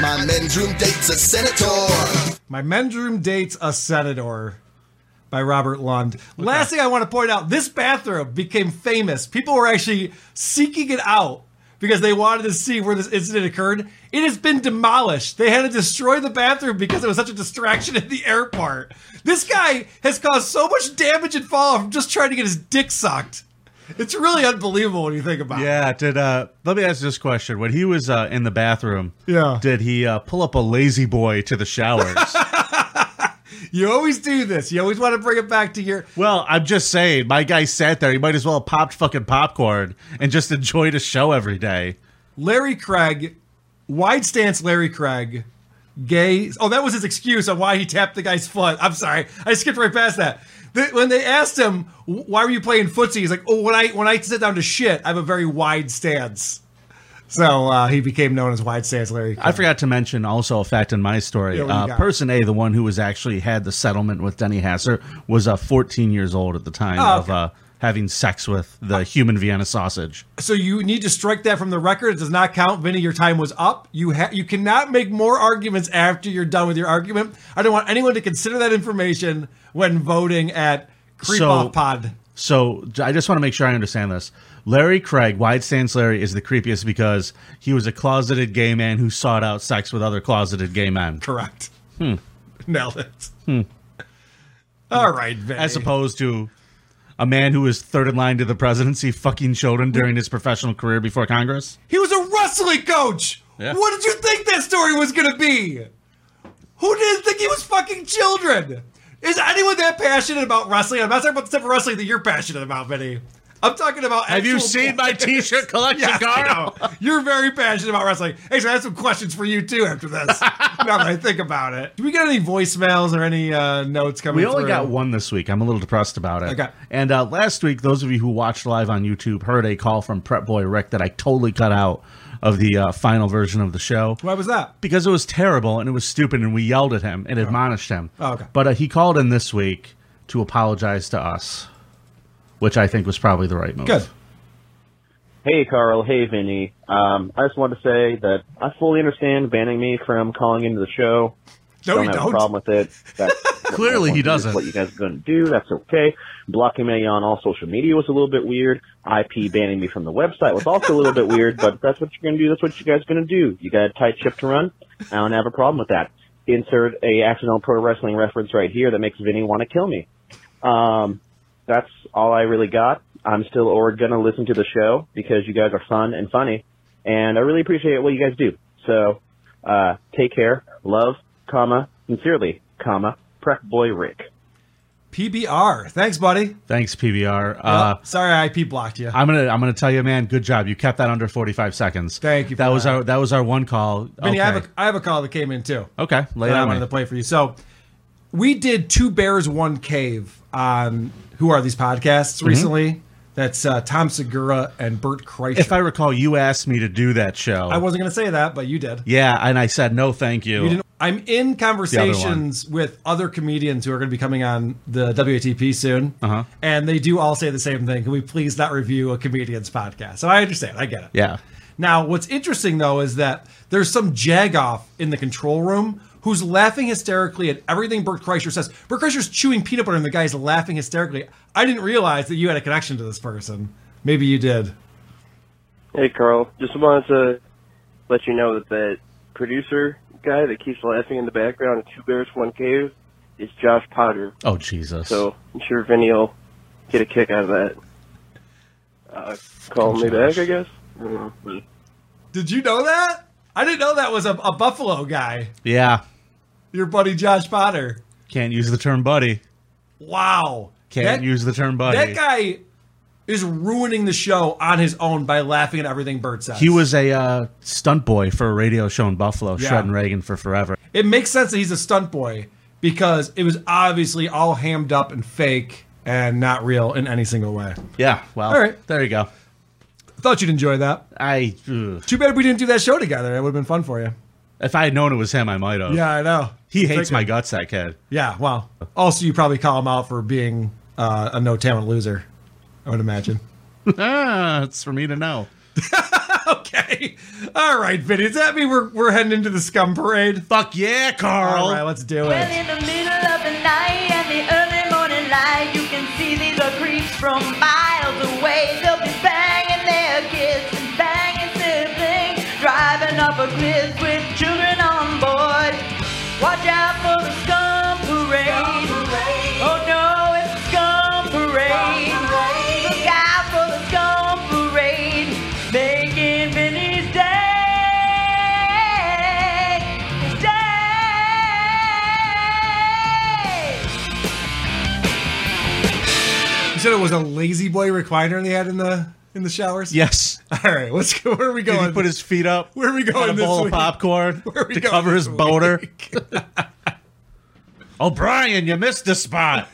Speaker 17: My men's room dates a senator.
Speaker 1: My men's room dates a senator by Robert Lund. Last thing I want to point out this bathroom became famous. People were actually seeking it out because they wanted to see where this incident occurred. It has been demolished. They had to destroy the bathroom because it was such a distraction at the airport. This guy has caused so much damage and fall from just trying to get his dick sucked. It's really unbelievable when you think about it.
Speaker 2: Yeah. Did uh, let me ask this question: When he was uh, in the bathroom,
Speaker 1: Yeah.
Speaker 2: did he uh, pull up a lazy boy to the showers?
Speaker 1: You always do this. You always want to bring it back to your.
Speaker 2: well, I'm just saying, my guy sat there. He might as well have popped fucking popcorn and just enjoyed a show every day.
Speaker 1: Larry Craig, wide stance Larry Craig, gay. Oh, that was his excuse on why he tapped the guy's foot. I'm sorry, I skipped right past that. The- When they asked him "Wh- why were you playing footsie, he's like, "Oh, when I when I sit down to shit, I have a very wide stance." So uh, he became known as Wide Stance Larry.
Speaker 2: I forgot to mention also a fact in my story.
Speaker 1: Yeah, what do you
Speaker 2: uh,
Speaker 1: got?
Speaker 2: person A, the one who was actually had the settlement with Denny Hasser, was uh, 14 years old at the time
Speaker 1: Oh,
Speaker 2: of uh, having sex with the human Vienna sausage.
Speaker 1: So you need to strike that from the record. It does not count, Vinny. Your time was up. You ha- you cannot make more arguments after you're done with your argument. I don't want anyone to consider that information when voting at Creep
Speaker 2: So-
Speaker 1: Off Pod.
Speaker 2: So j- I just want to make sure I understand this. Larry Craig, Wide Stance Larry, is the creepiest because he was a closeted gay man who sought out sex with other closeted gay men.
Speaker 1: Correct.
Speaker 2: Hmm.
Speaker 1: Nailed it.
Speaker 2: Hmm.
Speaker 1: All right, Vinny.
Speaker 2: As opposed to a man who was third in line to the presidency fucking children during his professional career before Congress.
Speaker 1: He was a wrestling coach.
Speaker 2: Yeah.
Speaker 1: What did you think that story was going to be? Who didn't think he was fucking children? Is anyone that passionate about wrestling? I'm not talking about the type of wrestling that you're passionate about, Vinny. I'm talking about.
Speaker 2: Have you
Speaker 1: actual
Speaker 2: seen my
Speaker 1: players.
Speaker 2: t-shirt collection,
Speaker 1: Yes, I
Speaker 2: Carl?
Speaker 1: know. You're very passionate about wrestling. Hey, so I have some questions for you too after this. now that I think about it, do we get any voicemails or any uh, notes coming?
Speaker 2: We only
Speaker 1: through?
Speaker 2: got one this week. I'm a little depressed about it.
Speaker 1: Okay.
Speaker 2: And uh, last week, those of you who watched live on YouTube heard a call from Prep Boy Rick that I totally cut out of the uh, final version of the show.
Speaker 1: Why was that?
Speaker 2: Because it was terrible and it was stupid, and we yelled at him and admonished him.
Speaker 1: Oh, okay.
Speaker 2: But uh, he called in this week to apologize to us, which I think was probably the right move.
Speaker 1: Good.
Speaker 18: Hey, Carl. Hey, Vinny. Um, I just wanted to say that I fully understand banning me from calling into the show.
Speaker 2: No,
Speaker 18: don't
Speaker 2: you
Speaker 18: have
Speaker 2: don't.
Speaker 18: a problem with it. That's
Speaker 2: Clearly he
Speaker 18: doesn't. What you guys are going to do, that's okay. Blocking me on all social media was a little bit weird. IP banning me from the website was also a little bit weird, but if that's what you're going to do, that's what you guys are going to do. You got a tight ship to run. I don't have a problem with that. Insert a accidental pro wrestling reference right here that makes Vinny want to kill me. Um, that's all I really got. I'm still or gonna listen to the show because you guys are fun and funny, and I really appreciate what you guys do. So, uh, take care, love, comma, sincerely, comma, prep boy Rick.
Speaker 1: PBR. Thanks, buddy.
Speaker 2: Thanks, PBR. Uh,
Speaker 1: Yep. Sorry, IP blocked you.
Speaker 2: I'm gonna I'm gonna tell you, man. Good job. You kept that under 45 secons. Thank you. That was our that was our one call.
Speaker 1: Vinny, I, have
Speaker 2: Okay.
Speaker 1: a, I have a call that came in too.
Speaker 2: Okay, lay it
Speaker 1: that I
Speaker 2: on
Speaker 1: wanted
Speaker 2: me.
Speaker 1: to play for you. So we did two bears, one cave on who are these podcasts
Speaker 2: Mhm.
Speaker 1: recently. That's uh, Tom Segura and Bert Kreischer.
Speaker 2: If I recall, you asked me to do that show.
Speaker 1: I wasn't going to say that, but you did.
Speaker 2: yeah, and I said no, thank Oh. you.
Speaker 1: You didn't. I'm in conversations with other comedians who are going to be coming on the WATP soon,
Speaker 2: Uh-huh.
Speaker 1: and they do all say the same thing. Can we please not review a comedian's podcast? So I understand. I get it.
Speaker 2: Yeah.
Speaker 1: Now, what's interesting though is that there's some jagoff in the control room who's laughing hysterically at everything Bert Kreischer says. Bert Kreischer's chewing peanut butter, and the guy's laughing hysterically. I didn't realize that you had a connection to this person. Maybe you did.
Speaker 19: Hey, Carl. Just wanted to let you know that that producer guy that keeps laughing in the background of Two Bears, One Cave is Josh Potter.
Speaker 2: Oh Jesus.
Speaker 19: So I'm sure Vinny will get a kick out of that. Uh, call me
Speaker 1: Josh.
Speaker 19: back, I guess. I don't know. But
Speaker 1: Did you know that? I didn't know that was a, a Buffalo guy.
Speaker 2: Yeah,
Speaker 1: Your buddy Josh Potter.
Speaker 2: can't use the term buddy.
Speaker 1: Wow.
Speaker 2: Can't
Speaker 1: That-
Speaker 2: use the term buddy.
Speaker 1: That guy is ruining the show on his own by laughing at everything Bert says.
Speaker 2: He was a uh, stunt boy for a radio show in Buffalo,
Speaker 1: Yeah.
Speaker 2: shredding Reagan for forever.
Speaker 1: It makes sense that he's a stunt boy because it was obviously all hammed up and fake and not real in any single way.
Speaker 2: Yeah. Well.
Speaker 1: All right.
Speaker 2: There you go.
Speaker 1: Thought you'd enjoy that.
Speaker 2: I. ugh.
Speaker 1: Too bad we didn't do that show together. It would have been fun for you.
Speaker 2: If I had known it was him, I might have.
Speaker 1: Yeah, I know.
Speaker 2: He
Speaker 1: It's
Speaker 2: hates
Speaker 1: like-
Speaker 2: my guts. That kid.
Speaker 1: Yeah, wow. Also, you probably call him out for being uh, a no talent loser, I would imagine.
Speaker 2: ah, it's for me to know.
Speaker 1: All right, Vinny, does that mean we're, we're heading into the scum parade?
Speaker 2: Fuck yeah, Carl.
Speaker 1: All right, let's do
Speaker 20: Well,
Speaker 1: it.
Speaker 20: in the middle of the night and the early morning light, you can see these are creeps from miles away. They'll be banging their kids and banging siblings, driving up a cliff with children on board. Watch out for the scum parade. Oh no, it's the scum parade. Look out for the scum parade, making Vinny's day. His day.
Speaker 1: You said it was a lazy boy recliner they had in the in the showers?
Speaker 2: Yes.
Speaker 1: All right, let's go. Where are we
Speaker 2: Did
Speaker 1: going?
Speaker 2: he put his feet up?
Speaker 1: Where are we
Speaker 2: Had
Speaker 1: going
Speaker 2: A
Speaker 1: this
Speaker 2: bowl
Speaker 1: week?
Speaker 2: of popcorn
Speaker 1: Where are we
Speaker 2: to
Speaker 1: going
Speaker 2: cover his
Speaker 1: this
Speaker 2: boner. O'Brien, you missed the spot.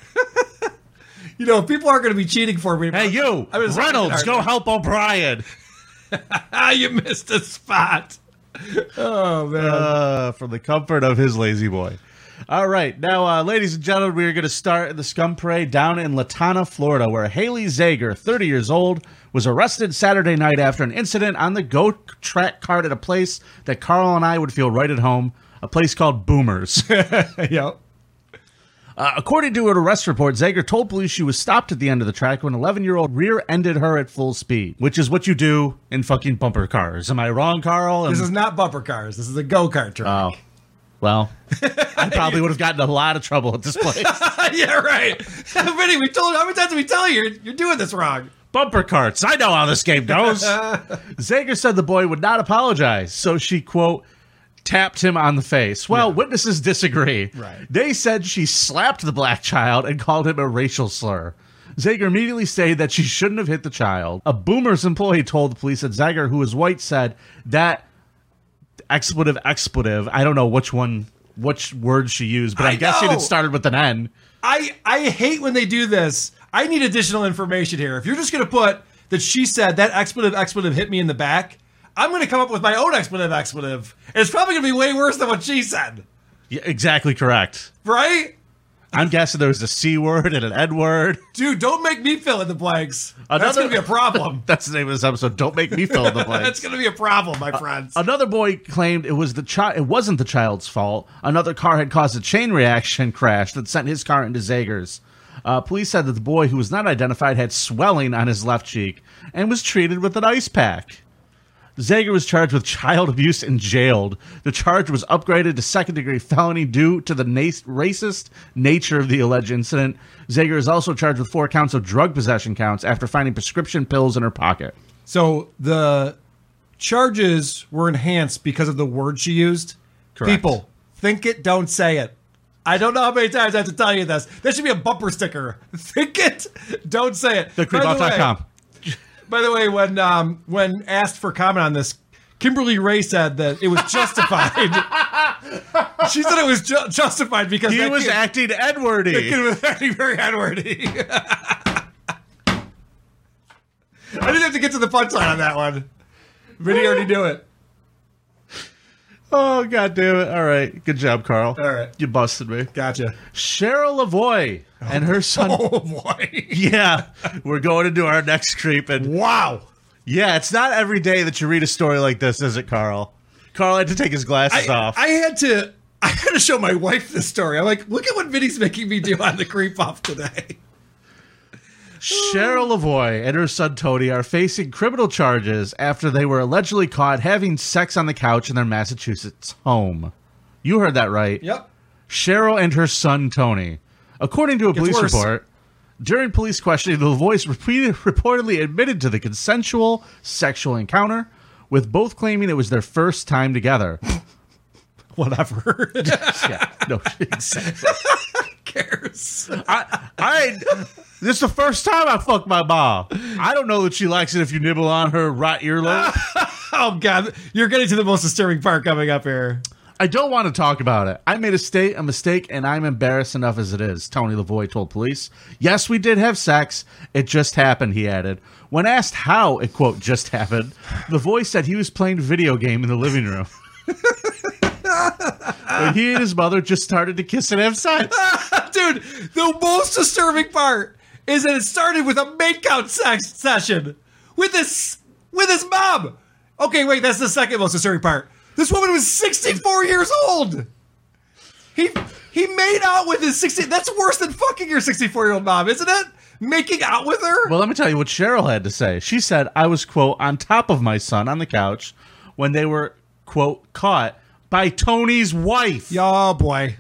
Speaker 1: You know, people aren't going to be cheating for me. Hey,
Speaker 2: you, Reynolds, go help O'Brien.
Speaker 1: Ah, you missed a spot. Oh man.
Speaker 2: Uh, from the comfort of his lazy boy. All right, now, uh, ladies and gentlemen, we are going to start the scum parade down in Latana, Florida, where Haley Zager, 30 years old, was arrested Saturday night after an incident on the Go Track card at a place that Carl and I would feel right at home, a place called Boomers.
Speaker 1: yep.
Speaker 2: Uh, according to an arrest report, Zager told police she was stopped at the end of the track when an 11 year old rear ended her at full speed, which is what you do in fucking bumper cars. Am I wrong, Carl? Am-
Speaker 1: this is not bumper cars. This is a go kart track.
Speaker 2: Oh. Well, I probably would have gotten a lot of trouble at this place.
Speaker 1: yeah, right. Vinny, we told how many times did we tell you you're, you're doing this wrong?
Speaker 2: Bumper carts. I know how this game goes. Zager said the boy would not apologize, so she, quote, tapped him on the face. Well, witnesses disagree. Right. They said she slapped the black child and called him a racial slur. Zager immediately stated that she shouldn't have hit the child. A Boomers employee told the police that Zager, who was white, said that expletive, expletive, I don't know which one, which word she used, but I'm
Speaker 1: I
Speaker 2: guessing
Speaker 1: know.
Speaker 2: it started with an N.
Speaker 1: I I hate when they do this. I need additional information here. If you're just going to put that she said that expletive expletive hit me in the back, I'm going to come up with my own expletive expletive. And it's probably going to be way worse than what she said,
Speaker 2: Yeah, exactly correct.
Speaker 1: right?
Speaker 2: I'm guessing there was a C word and an N word.
Speaker 1: Dude, don't make me fill in the blanks. That's
Speaker 2: Another-
Speaker 1: going to be a problem.
Speaker 2: That's the name of this episode. Don't make me fill in the blank.
Speaker 1: That's going to be a problem, my friends.
Speaker 2: Another boy claimed it was the child. It wasn't the child's fault. Another car had caused a chain reaction crash that sent his car into Zager's. Uh, police said that the boy, who was not identified, had swelling on his left cheek and was treated with an ice pack. Zager was charged with child abuse and jailed. The charge was upgraded to second degree felony due to the na- racist nature of the alleged incident. Zager is also charged with four counts of drug possession counts after finding prescription pills in her pocket.
Speaker 1: So the charges were enhanced because of the word she used.
Speaker 2: Correct.
Speaker 1: People, think it, don't say it. I don't know how many times I have to tell you this. There should be a bumper sticker. Think it, don't say it. By the way-
Speaker 2: TheCreepBot.com.
Speaker 1: By the way, when um, when asked for comment on this, Kimberly Ray said that it was justified. she said it was ju- justified because
Speaker 2: He
Speaker 1: that
Speaker 2: was
Speaker 1: kid-
Speaker 2: acting Edwardy.
Speaker 1: That kid was acting very Edwardy. I didn't have to get to the punchline on that one. Vinny already knew it.
Speaker 2: Oh god damn it! All right, good job, Carl.
Speaker 1: All right.
Speaker 2: you busted me.
Speaker 1: Gotcha.
Speaker 2: Cheryl Lavoy and her son.
Speaker 1: Oh boy!
Speaker 2: yeah, we're going into our next creep. And
Speaker 1: wow,
Speaker 2: yeah, it's not every day that you read a story like this, is it, Carl? Carl had to take his glasses off.
Speaker 1: I had to. I had to show my wife this story. I'm like, look at what Vinny's making me do on the creep off today.
Speaker 2: Cheryl Lavoy and her son Tony are facing criminal charges after they were allegedly caught having sex on the couch in their Massachusetts home. You heard that right.
Speaker 1: Yep.
Speaker 2: Cheryl and her son Tony. According to a
Speaker 1: Gets
Speaker 2: police
Speaker 1: worse.
Speaker 2: report, during police questioning, the Lavoys repeated, reportedly admitted to the consensual sexual encounter, with both claiming it was their first time together.
Speaker 1: Whatever.
Speaker 2: yeah, no, exactly.
Speaker 1: cares?
Speaker 2: I, I, this is the first time I fucked my mom. I don't know that she likes it if you nibble on her right earlobe.
Speaker 1: oh God, you're getting to the most disturbing part coming up here.
Speaker 2: I don't want to talk about it. I made a state a mistake, and I'm embarrassed enough as it is. Tony Lavoy told police. Yes, we did have sex. It just happened. He added. When asked how it quote just happened, Lavoy said he was playing a video game in the living room. when he and his mother just started to kiss and have sex.
Speaker 1: Dude, the most disturbing part is that it started with a makeout sex session with his with his mom. Okay, wait, that's the second most disturbing part. This woman was 64 years old. He he made out with his 60. That's worse than fucking your 64 year old mom, isn't it? Making out with her.
Speaker 2: Well, let me tell you what Cheryl had to say. She said, I was, quote, on top of my son on the couch when they were, quote, caught by Tony's wife.
Speaker 1: Y'all, oh, boy.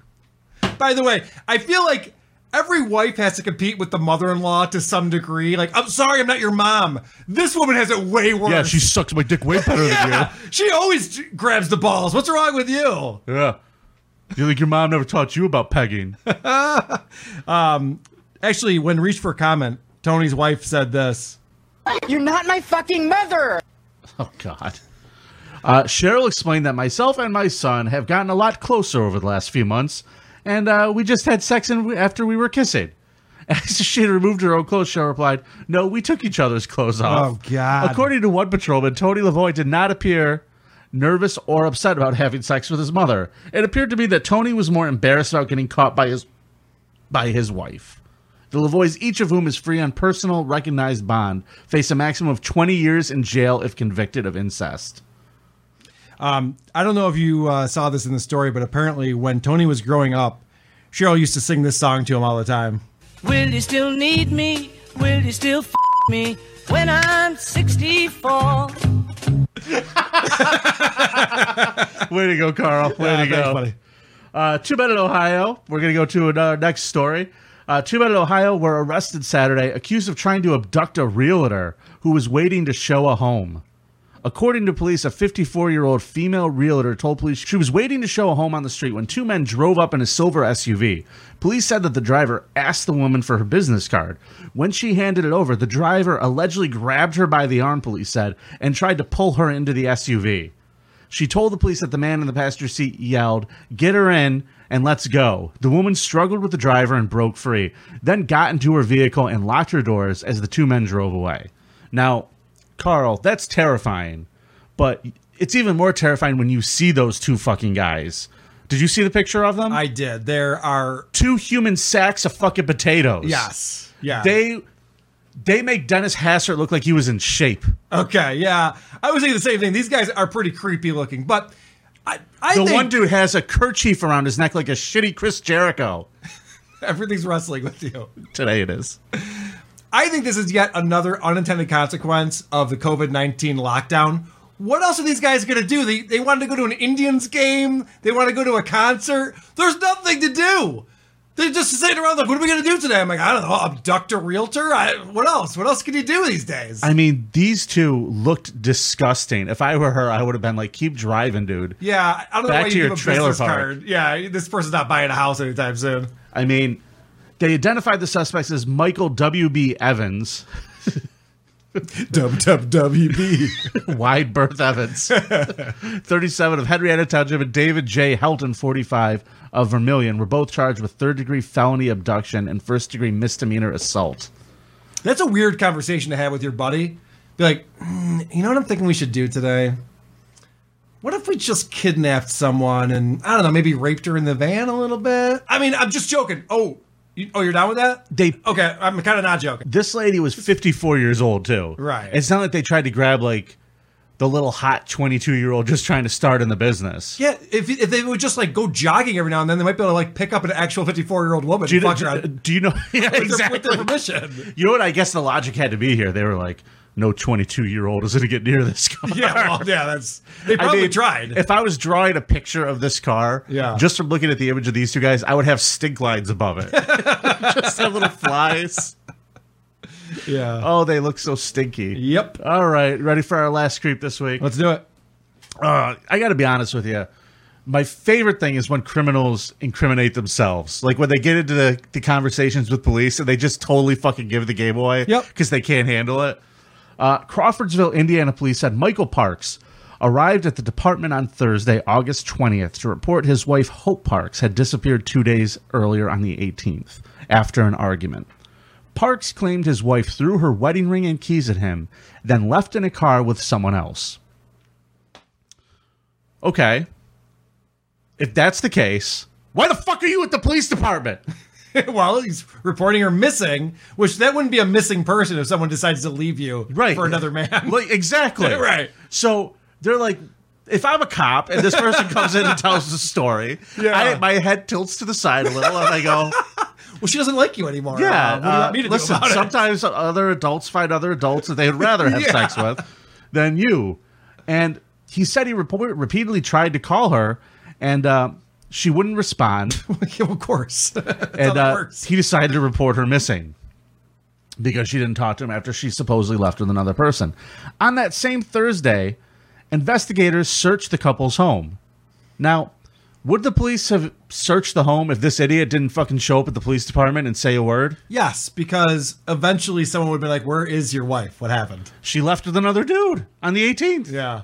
Speaker 1: By the way, I feel like every wife has to compete with the mother-in-law to some degree. Like, I'm sorry, I'm not your mom. This woman has it way worse.
Speaker 2: Yeah, she sucks my dick way better
Speaker 1: Yeah, she always j- grabs the balls. What's wrong with you?
Speaker 2: than you. Yeah. You think your mom never taught you about pegging?
Speaker 1: um, actually, when reached for comment, Tony's wife said this.
Speaker 21: You're not my fucking mother.
Speaker 2: Oh, God. Uh, Cheryl explained that myself and my son have gotten a lot closer over the last few months, and uh, we just had sex in, after we were kissing. As she had removed her own clothes, Cheryl replied, No, we took each other's clothes off.
Speaker 1: Oh, God.
Speaker 2: According to one patrolman, Tony Lavoy did not appear nervous or upset about having sex with his mother. It appeared to be that Tony was more embarrassed about getting caught by his by his wife. The Lavoys, each of whom is free on personal recognized bond, face a maximum of 20 years in jail if convicted of incest.
Speaker 1: Um, I don't know if you uh, saw this in the story, but apparently, when Tony was growing up, Cheryl used to sing this song to him all the time.
Speaker 22: Will you still need me? Will you still f me when I'm 64?
Speaker 2: Way to go, Carl. Way
Speaker 1: Yeah,
Speaker 2: to
Speaker 1: thanks,
Speaker 2: go.
Speaker 1: buddy.
Speaker 2: Uh, two men in Ohio. We're going to go to another next story. Uh, two men in Ohio were arrested Saturday, accused of trying to abduct a realtor who was waiting to show a home. According to police, a 54 year old female realtor told police she was waiting to show a home on the street when two men drove up in a silver SUV. Police said that the driver asked the woman for her business card. When she handed it over, the driver allegedly grabbed her by the arm, police said, and tried to pull her into the SUV. She told the police that the man in the passenger seat yelled, Get her in and let's go. The woman struggled with the driver and broke free, then got into her vehicle and locked her doors as the two men drove away. Now, Carl, that's terrifying, but it's even more terrifying when you see those two fucking guys. Did you see the picture of them? I
Speaker 1: did. There are
Speaker 2: two human sacks of fucking potatoes.
Speaker 1: Yes. Yeah.
Speaker 2: They they make Dennis Hassert look like he was in shape.
Speaker 1: Okay, yeah, I was thinking the same thing. These guys are pretty creepy looking, but I, I
Speaker 2: the
Speaker 1: think
Speaker 2: one dude has a kerchief around his neck like a shitty Chris Jericho.
Speaker 1: everything's wrestling with you.
Speaker 2: Today it is.
Speaker 1: I think this is yet another unintended consequence of the COVID nineteen lockdown. What else are these guys going to do? They, they wanted to go to an Indians game. They want to go to a concert. There's nothing to do. They're just sitting around like, what are we going to do today? I'm like, I don't know. Abduct a realtor? I, what else? What else can you do these days?
Speaker 2: I mean, these two looked disgusting. If I were her, I would have been like, "Keep driving, dude."
Speaker 1: Yeah, I don't know
Speaker 2: Back
Speaker 1: why
Speaker 2: to
Speaker 1: you
Speaker 2: your
Speaker 1: give a
Speaker 2: trailer
Speaker 1: business
Speaker 2: park.
Speaker 1: card. Yeah, this person's not buying a house anytime soon.
Speaker 2: I mean, they identified the suspects as Michael W.B. Evans. WWB. Wide berth Evans. 37 of Henrietta Township and David J. Helton, 45 of Vermillion, were both charged with third degree felony abduction and first degree misdemeanor assault.
Speaker 1: That's a weird conversation to have with your buddy. Be like, "Mm, you know what I'm thinking we should do today? What if we just kidnapped someone and I don't know, maybe raped her in the van a little bit? I mean, I'm just joking. Oh, you, oh, you're down with that?
Speaker 2: They
Speaker 1: okay. I'm kind of not joking.
Speaker 2: This lady was 54 years old, too.
Speaker 1: Right.
Speaker 2: It's not like they tried to grab, like, the little hot 22 year old just trying to start in the business.
Speaker 1: Yeah, if, if they would just like go jogging every now and then, they might be able to like pick up an actual 54 year old woman.
Speaker 2: Do
Speaker 1: and
Speaker 2: you,
Speaker 1: fuck her
Speaker 2: do,
Speaker 1: on-
Speaker 2: do you know? Yeah,
Speaker 1: with their-
Speaker 2: exactly.
Speaker 1: With their permission.
Speaker 2: You know what? I guess the logic had to be here. They were like, no 22 year old is going to get near this car.
Speaker 1: Yeah, well, yeah, that's they probably
Speaker 2: I mean,
Speaker 1: tried.
Speaker 2: If I was drawing a picture of this car,
Speaker 1: Yeah.
Speaker 2: just from looking at the image of these two guys, I would have stink lines above it. just have little flies.
Speaker 1: Yeah.
Speaker 2: Oh, they look so stinky.
Speaker 1: Yep.
Speaker 2: All right, ready for our last creep this week? Let's
Speaker 1: do it.
Speaker 2: Uh, I got to be honest with you. My favorite thing is when criminals incriminate themselves. Like when they get into the, the conversations with police and they just totally fucking give the game away because they can't handle it. Uh, Crawfordsville, Indiana police said Michael Parks arrived at the department on Thursday, August 20th, to report his wife, Hope Parks, had disappeared two days earlier on the 18th after an argument. Parks claimed his wife threw her wedding ring and keys at him, then left in a car with someone else. Okay. If that's the case, why the fuck are you at the police department?
Speaker 1: well, he's reporting her missing, which that wouldn't be a missing person if someone decides to leave you
Speaker 2: right.
Speaker 1: for another man.
Speaker 2: Like, exactly.
Speaker 1: Right.
Speaker 2: So they're like, if I'm a cop and this person comes in and tells the story,
Speaker 1: Yeah.
Speaker 2: I, my head tilts to the side a little and I go,
Speaker 1: well, she doesn't like you anymore.
Speaker 2: Yeah.
Speaker 1: Uh, what do you
Speaker 2: uh,
Speaker 1: want me to
Speaker 2: listen,
Speaker 1: do about it?
Speaker 2: sometimes other adults find other adults that they'd rather have
Speaker 1: Yeah.
Speaker 2: sex with than you. And he said he report- repeatedly tried to call her and uh, she wouldn't respond.
Speaker 1: of course.
Speaker 2: and uh, he decided to report her missing because she didn't talk to him after she supposedly left with another person. On that same Thursday, investigators searched the couple's home. Now, would the police have searched the home if this idiot didn't fucking show up at the police department and say a word?
Speaker 1: Yes, because eventually someone would be like, "Where is your wife? What happened?"
Speaker 2: She left with another dude on the 18th.
Speaker 1: Yeah.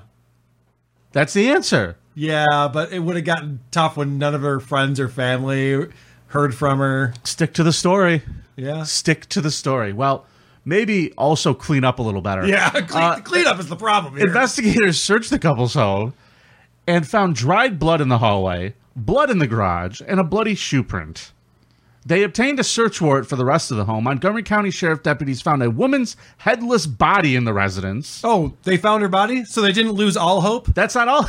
Speaker 2: That's the answer.
Speaker 1: Yeah, but it would have gotten tough when none of her friends or family heard from her.
Speaker 2: Stick to the story.
Speaker 1: Yeah.
Speaker 2: Stick to the story. Well, maybe also clean up a little better.
Speaker 1: Yeah, clean,
Speaker 2: Uh,
Speaker 1: cleanup is the problem here.
Speaker 2: Investigators searched the couple's home and found dried blood in the hallway, blood in the garage, and a bloody shoe print. They obtained a search warrant for the rest of the home. Montgomery County Sheriff deputies found a woman's headless body in the residence.
Speaker 1: Oh, they found her body? So they didn't lose all hope?
Speaker 2: That's not all.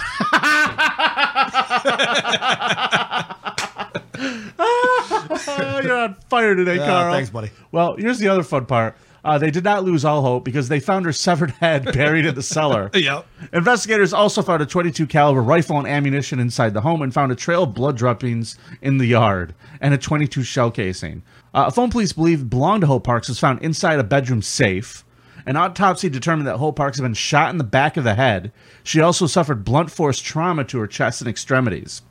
Speaker 2: You're on fire today,
Speaker 1: Yeah,
Speaker 2: Carl.
Speaker 1: Ah, thanks, buddy.
Speaker 2: Well, here's the other fun part. Uh, they did not lose all hope because they found her severed head buried in the cellar.
Speaker 1: Yep.
Speaker 2: Investigators also found a 22 caliber rifle and ammunition inside the home and found a trail of blood droppings in the yard and a 22 shell casing. Uh, a phone police believe belonged to Hope Parks was found inside a bedroom safe. An autopsy determined that Hope Parks had been shot in the back of the head. She also suffered blunt force trauma to her chest and extremities.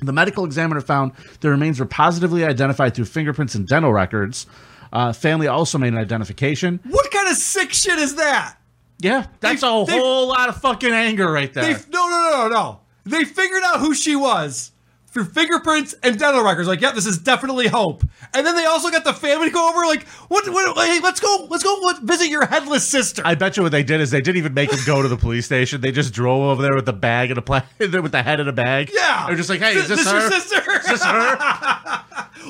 Speaker 2: The medical examiner found the remains were positively identified through fingerprints and dental records. Uh, family also made an identification.
Speaker 1: What kind of sick shit is that?
Speaker 2: Yeah, that's a
Speaker 1: they've-
Speaker 2: whole lot of fucking anger right there.
Speaker 1: They no no no no no. They figured out who she was through fingerprints and dental records. Like, yep, this is definitely Hope. And then they also got the family to go over. Like, what? What? Hey, let's go. Let's go. What, visit your headless sister.
Speaker 2: I bet you what they did is they didn't even make him go to the police station. They just drove over there with a bag and a pla- with the head in a bag.
Speaker 1: Yeah.
Speaker 2: they're just like, hey, is this, her?
Speaker 1: your sister? Is this her?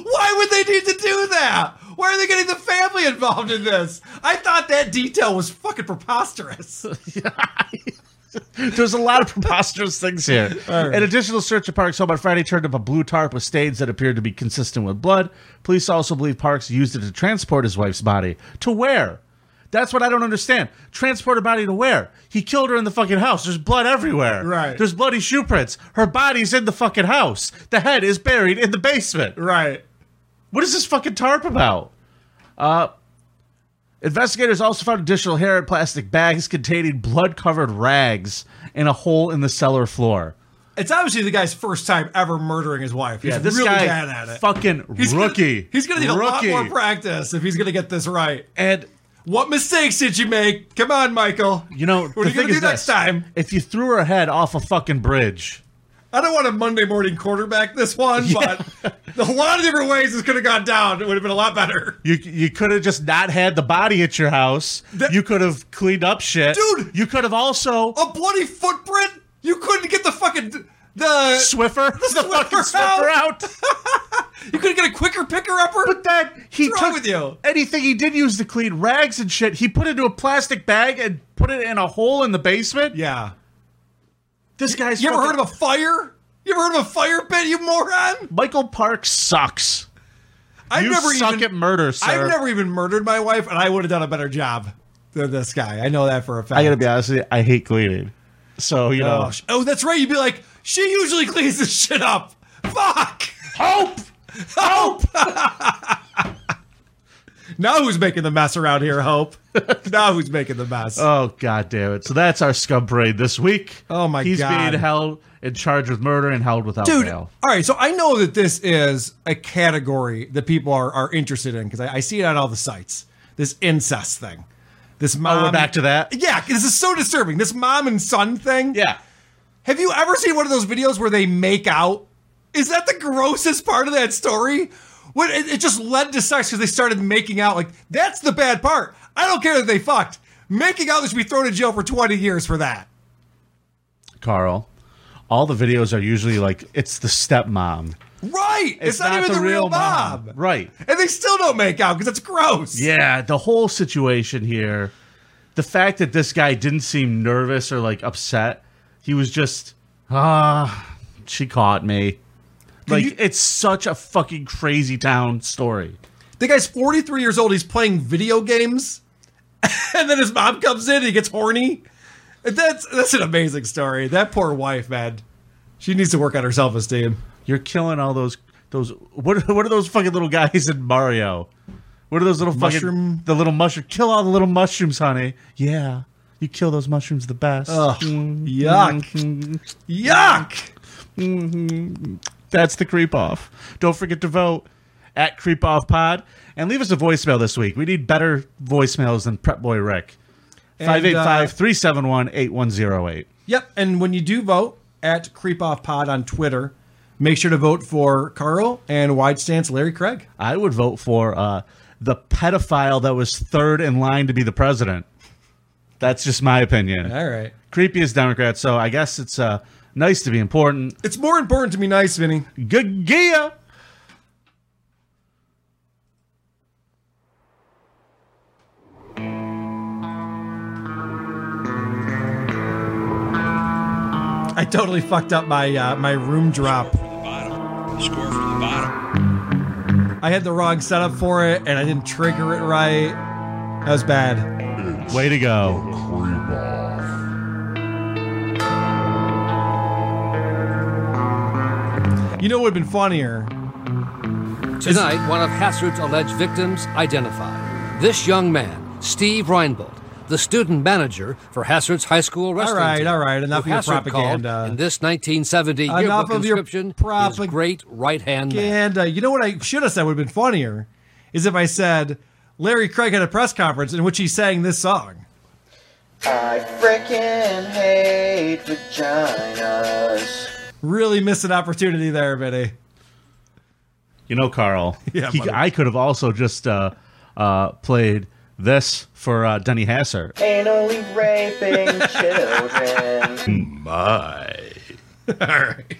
Speaker 1: Why would they need to do that? Why are they getting the family involved in this? I thought that detail was fucking preposterous.
Speaker 2: There's a lot of preposterous things here.
Speaker 1: All right.
Speaker 2: An additional search of Parks' home on Friday turned up a blue tarp with stains that appeared to be consistent with blood. Police also believe Parks used it to transport his wife's body. To where? That's what I don't understand. Transport her body to where? He killed her in the fucking house. There's blood everywhere. Right. There's bloody shoe prints. Her body's in the fucking house. The head is buried in the basement.
Speaker 1: Right.
Speaker 2: What is this fucking tarp about? Uh, investigators also found additional hair in plastic bags containing blood covered rags and a hole in the cellar floor.
Speaker 1: It's obviously the guy's first time ever murdering his wife. He's
Speaker 2: Yeah, this
Speaker 1: really
Speaker 2: guy
Speaker 1: bad at it.
Speaker 2: fucking
Speaker 1: he's
Speaker 2: rookie.
Speaker 1: Gonna, he's going to need
Speaker 2: Rookie.
Speaker 1: a lot more practice if he's going to get this right.
Speaker 2: And
Speaker 1: what mistakes did you make? Come on, Michael.
Speaker 2: You know,
Speaker 1: what are
Speaker 2: the
Speaker 1: you going
Speaker 2: thing
Speaker 1: to do
Speaker 2: is
Speaker 1: next
Speaker 2: this.
Speaker 1: time?
Speaker 2: If you threw her head off a fucking bridge,
Speaker 1: I don't want to Monday morning quarterback this one, but a lot of different ways this could have gone down. It would have been a lot better.
Speaker 2: you you could have just not had the body at your house. you could have cleaned up shit, dude. You could have also
Speaker 1: a bloody footprint. You couldn't get the fucking the
Speaker 2: Swiffer, the,
Speaker 1: fucking
Speaker 2: Swiffer out.
Speaker 1: you couldn't get a quicker picker upper.
Speaker 2: But then he
Speaker 1: What's
Speaker 2: took
Speaker 1: wrong with you?
Speaker 2: anything he did use to clean rags and shit. He put into a plastic bag and put it in a hole in the basement.
Speaker 1: Yeah,
Speaker 2: this guy's.
Speaker 1: You ever
Speaker 2: fucking-
Speaker 1: heard of a fire? You ever heard of a fire pit? You moron.
Speaker 2: Michael Park sucks.
Speaker 1: I've
Speaker 2: You
Speaker 1: never
Speaker 2: suck
Speaker 1: even,
Speaker 2: at murder, sir.
Speaker 1: I've never even murdered my wife, and I would have done a better job than this guy. I know that for a fact.
Speaker 2: I gotta be honest with you. I hate cleaning. So you know,
Speaker 1: Oh, sh- oh, that's right. You'd be like, she usually cleans this shit up. Fuck. Hope. Hope. now who's making the mess around here, Hope? now who's making the mess?
Speaker 2: Oh god damn it! So that's our scum parade this week. Oh
Speaker 1: my
Speaker 2: he's
Speaker 1: God.
Speaker 2: being held and charged with murder and held without
Speaker 1: Dude,
Speaker 2: bail.
Speaker 1: all right. So I know that this is a category that people are, are interested in because I, I see it on all the sites. This incest thing. This mom.
Speaker 2: Oh, back to that?
Speaker 1: Yeah, 'cause this is so disturbing. This mom and son thing.
Speaker 2: Yeah.
Speaker 1: Have you ever seen one of those videos where they make out? Is that the grossest part of that story? When it, it just led to sex because they started making out. Like that's the bad part. I don't care that they fucked. Making out they should be thrown in jail for twenty years for that.
Speaker 2: Carl, all the videos are usually like it's the stepmom.
Speaker 1: Right. It's, not, even the, real Bob.
Speaker 2: Right.
Speaker 1: And they still don't make out because that's gross.
Speaker 2: Yeah, the whole situation here, the fact that this guy didn't seem nervous or like upset, he was just ah, she caught me. Like it's such a fucking crazy town story.
Speaker 1: The guy's 43 years old. He's playing video games, and then his mom comes in. and He gets horny. That's that's an amazing story. That poor wife, man. She needs to work on her self esteem.
Speaker 2: You're killing all those those what what are those fucking little guys in Mario? What are those little
Speaker 1: Mushroom?
Speaker 2: fucking the little mushroom? Kill all the little mushrooms, honey. Yeah, you kill those mushrooms the best. Mm-hmm.
Speaker 1: Ugh. Yuck.
Speaker 2: Yuck. Mm-hmm. That's the creep off. Don't forget to vote at creep off pod and leave us a voicemail this week. We need better voicemails than Prep Boy Rick.
Speaker 1: And, uh,
Speaker 2: 585 371 8108.
Speaker 1: Yep. And when you do vote at Creep Off Pod on Twitter, make sure to vote for Carl and Wide Stance Larry Craig.
Speaker 2: I would vote for uh, the pedophile that was third in line to be the president. That's just my opinion.
Speaker 1: All right.
Speaker 2: Creepiest Democrat, so I guess it's uh, nice to be important.
Speaker 1: It's more important to be nice, Vinny.
Speaker 2: Good gear.
Speaker 1: I totally fucked up my uh, my room drop.
Speaker 12: Score from the bottom.
Speaker 1: I had the wrong setup for it, and I didn't trigger it right. That was bad.
Speaker 2: Way to go.
Speaker 1: You know what would have been funnier?
Speaker 6: Tonight, one of Hassard's alleged victims identified. This young man, Steve Reinbold, the student manager for Hassard's high school wrestling
Speaker 1: right,
Speaker 6: team,
Speaker 1: all right, enough
Speaker 6: who
Speaker 1: of your
Speaker 6: Hassard
Speaker 1: propaganda.
Speaker 6: called In this 1970
Speaker 1: Enough
Speaker 6: yearbook
Speaker 1: of your
Speaker 6: inscription, his
Speaker 1: propag-
Speaker 6: great right hand man.
Speaker 1: And uh, you know what I should have said would have been funnier is if I said Larry Craig had a press conference in which he sang this song.
Speaker 3: I frickin' hate vaginas.
Speaker 1: Really missed an opportunity there, Vinny.
Speaker 2: You know, Carl.
Speaker 1: Yeah,
Speaker 2: he-
Speaker 1: buddy.
Speaker 2: I could have also just uh, uh, played this for uh, Denny Hasser. Hmm.
Speaker 3: Anally raping children.
Speaker 2: My.
Speaker 1: All right.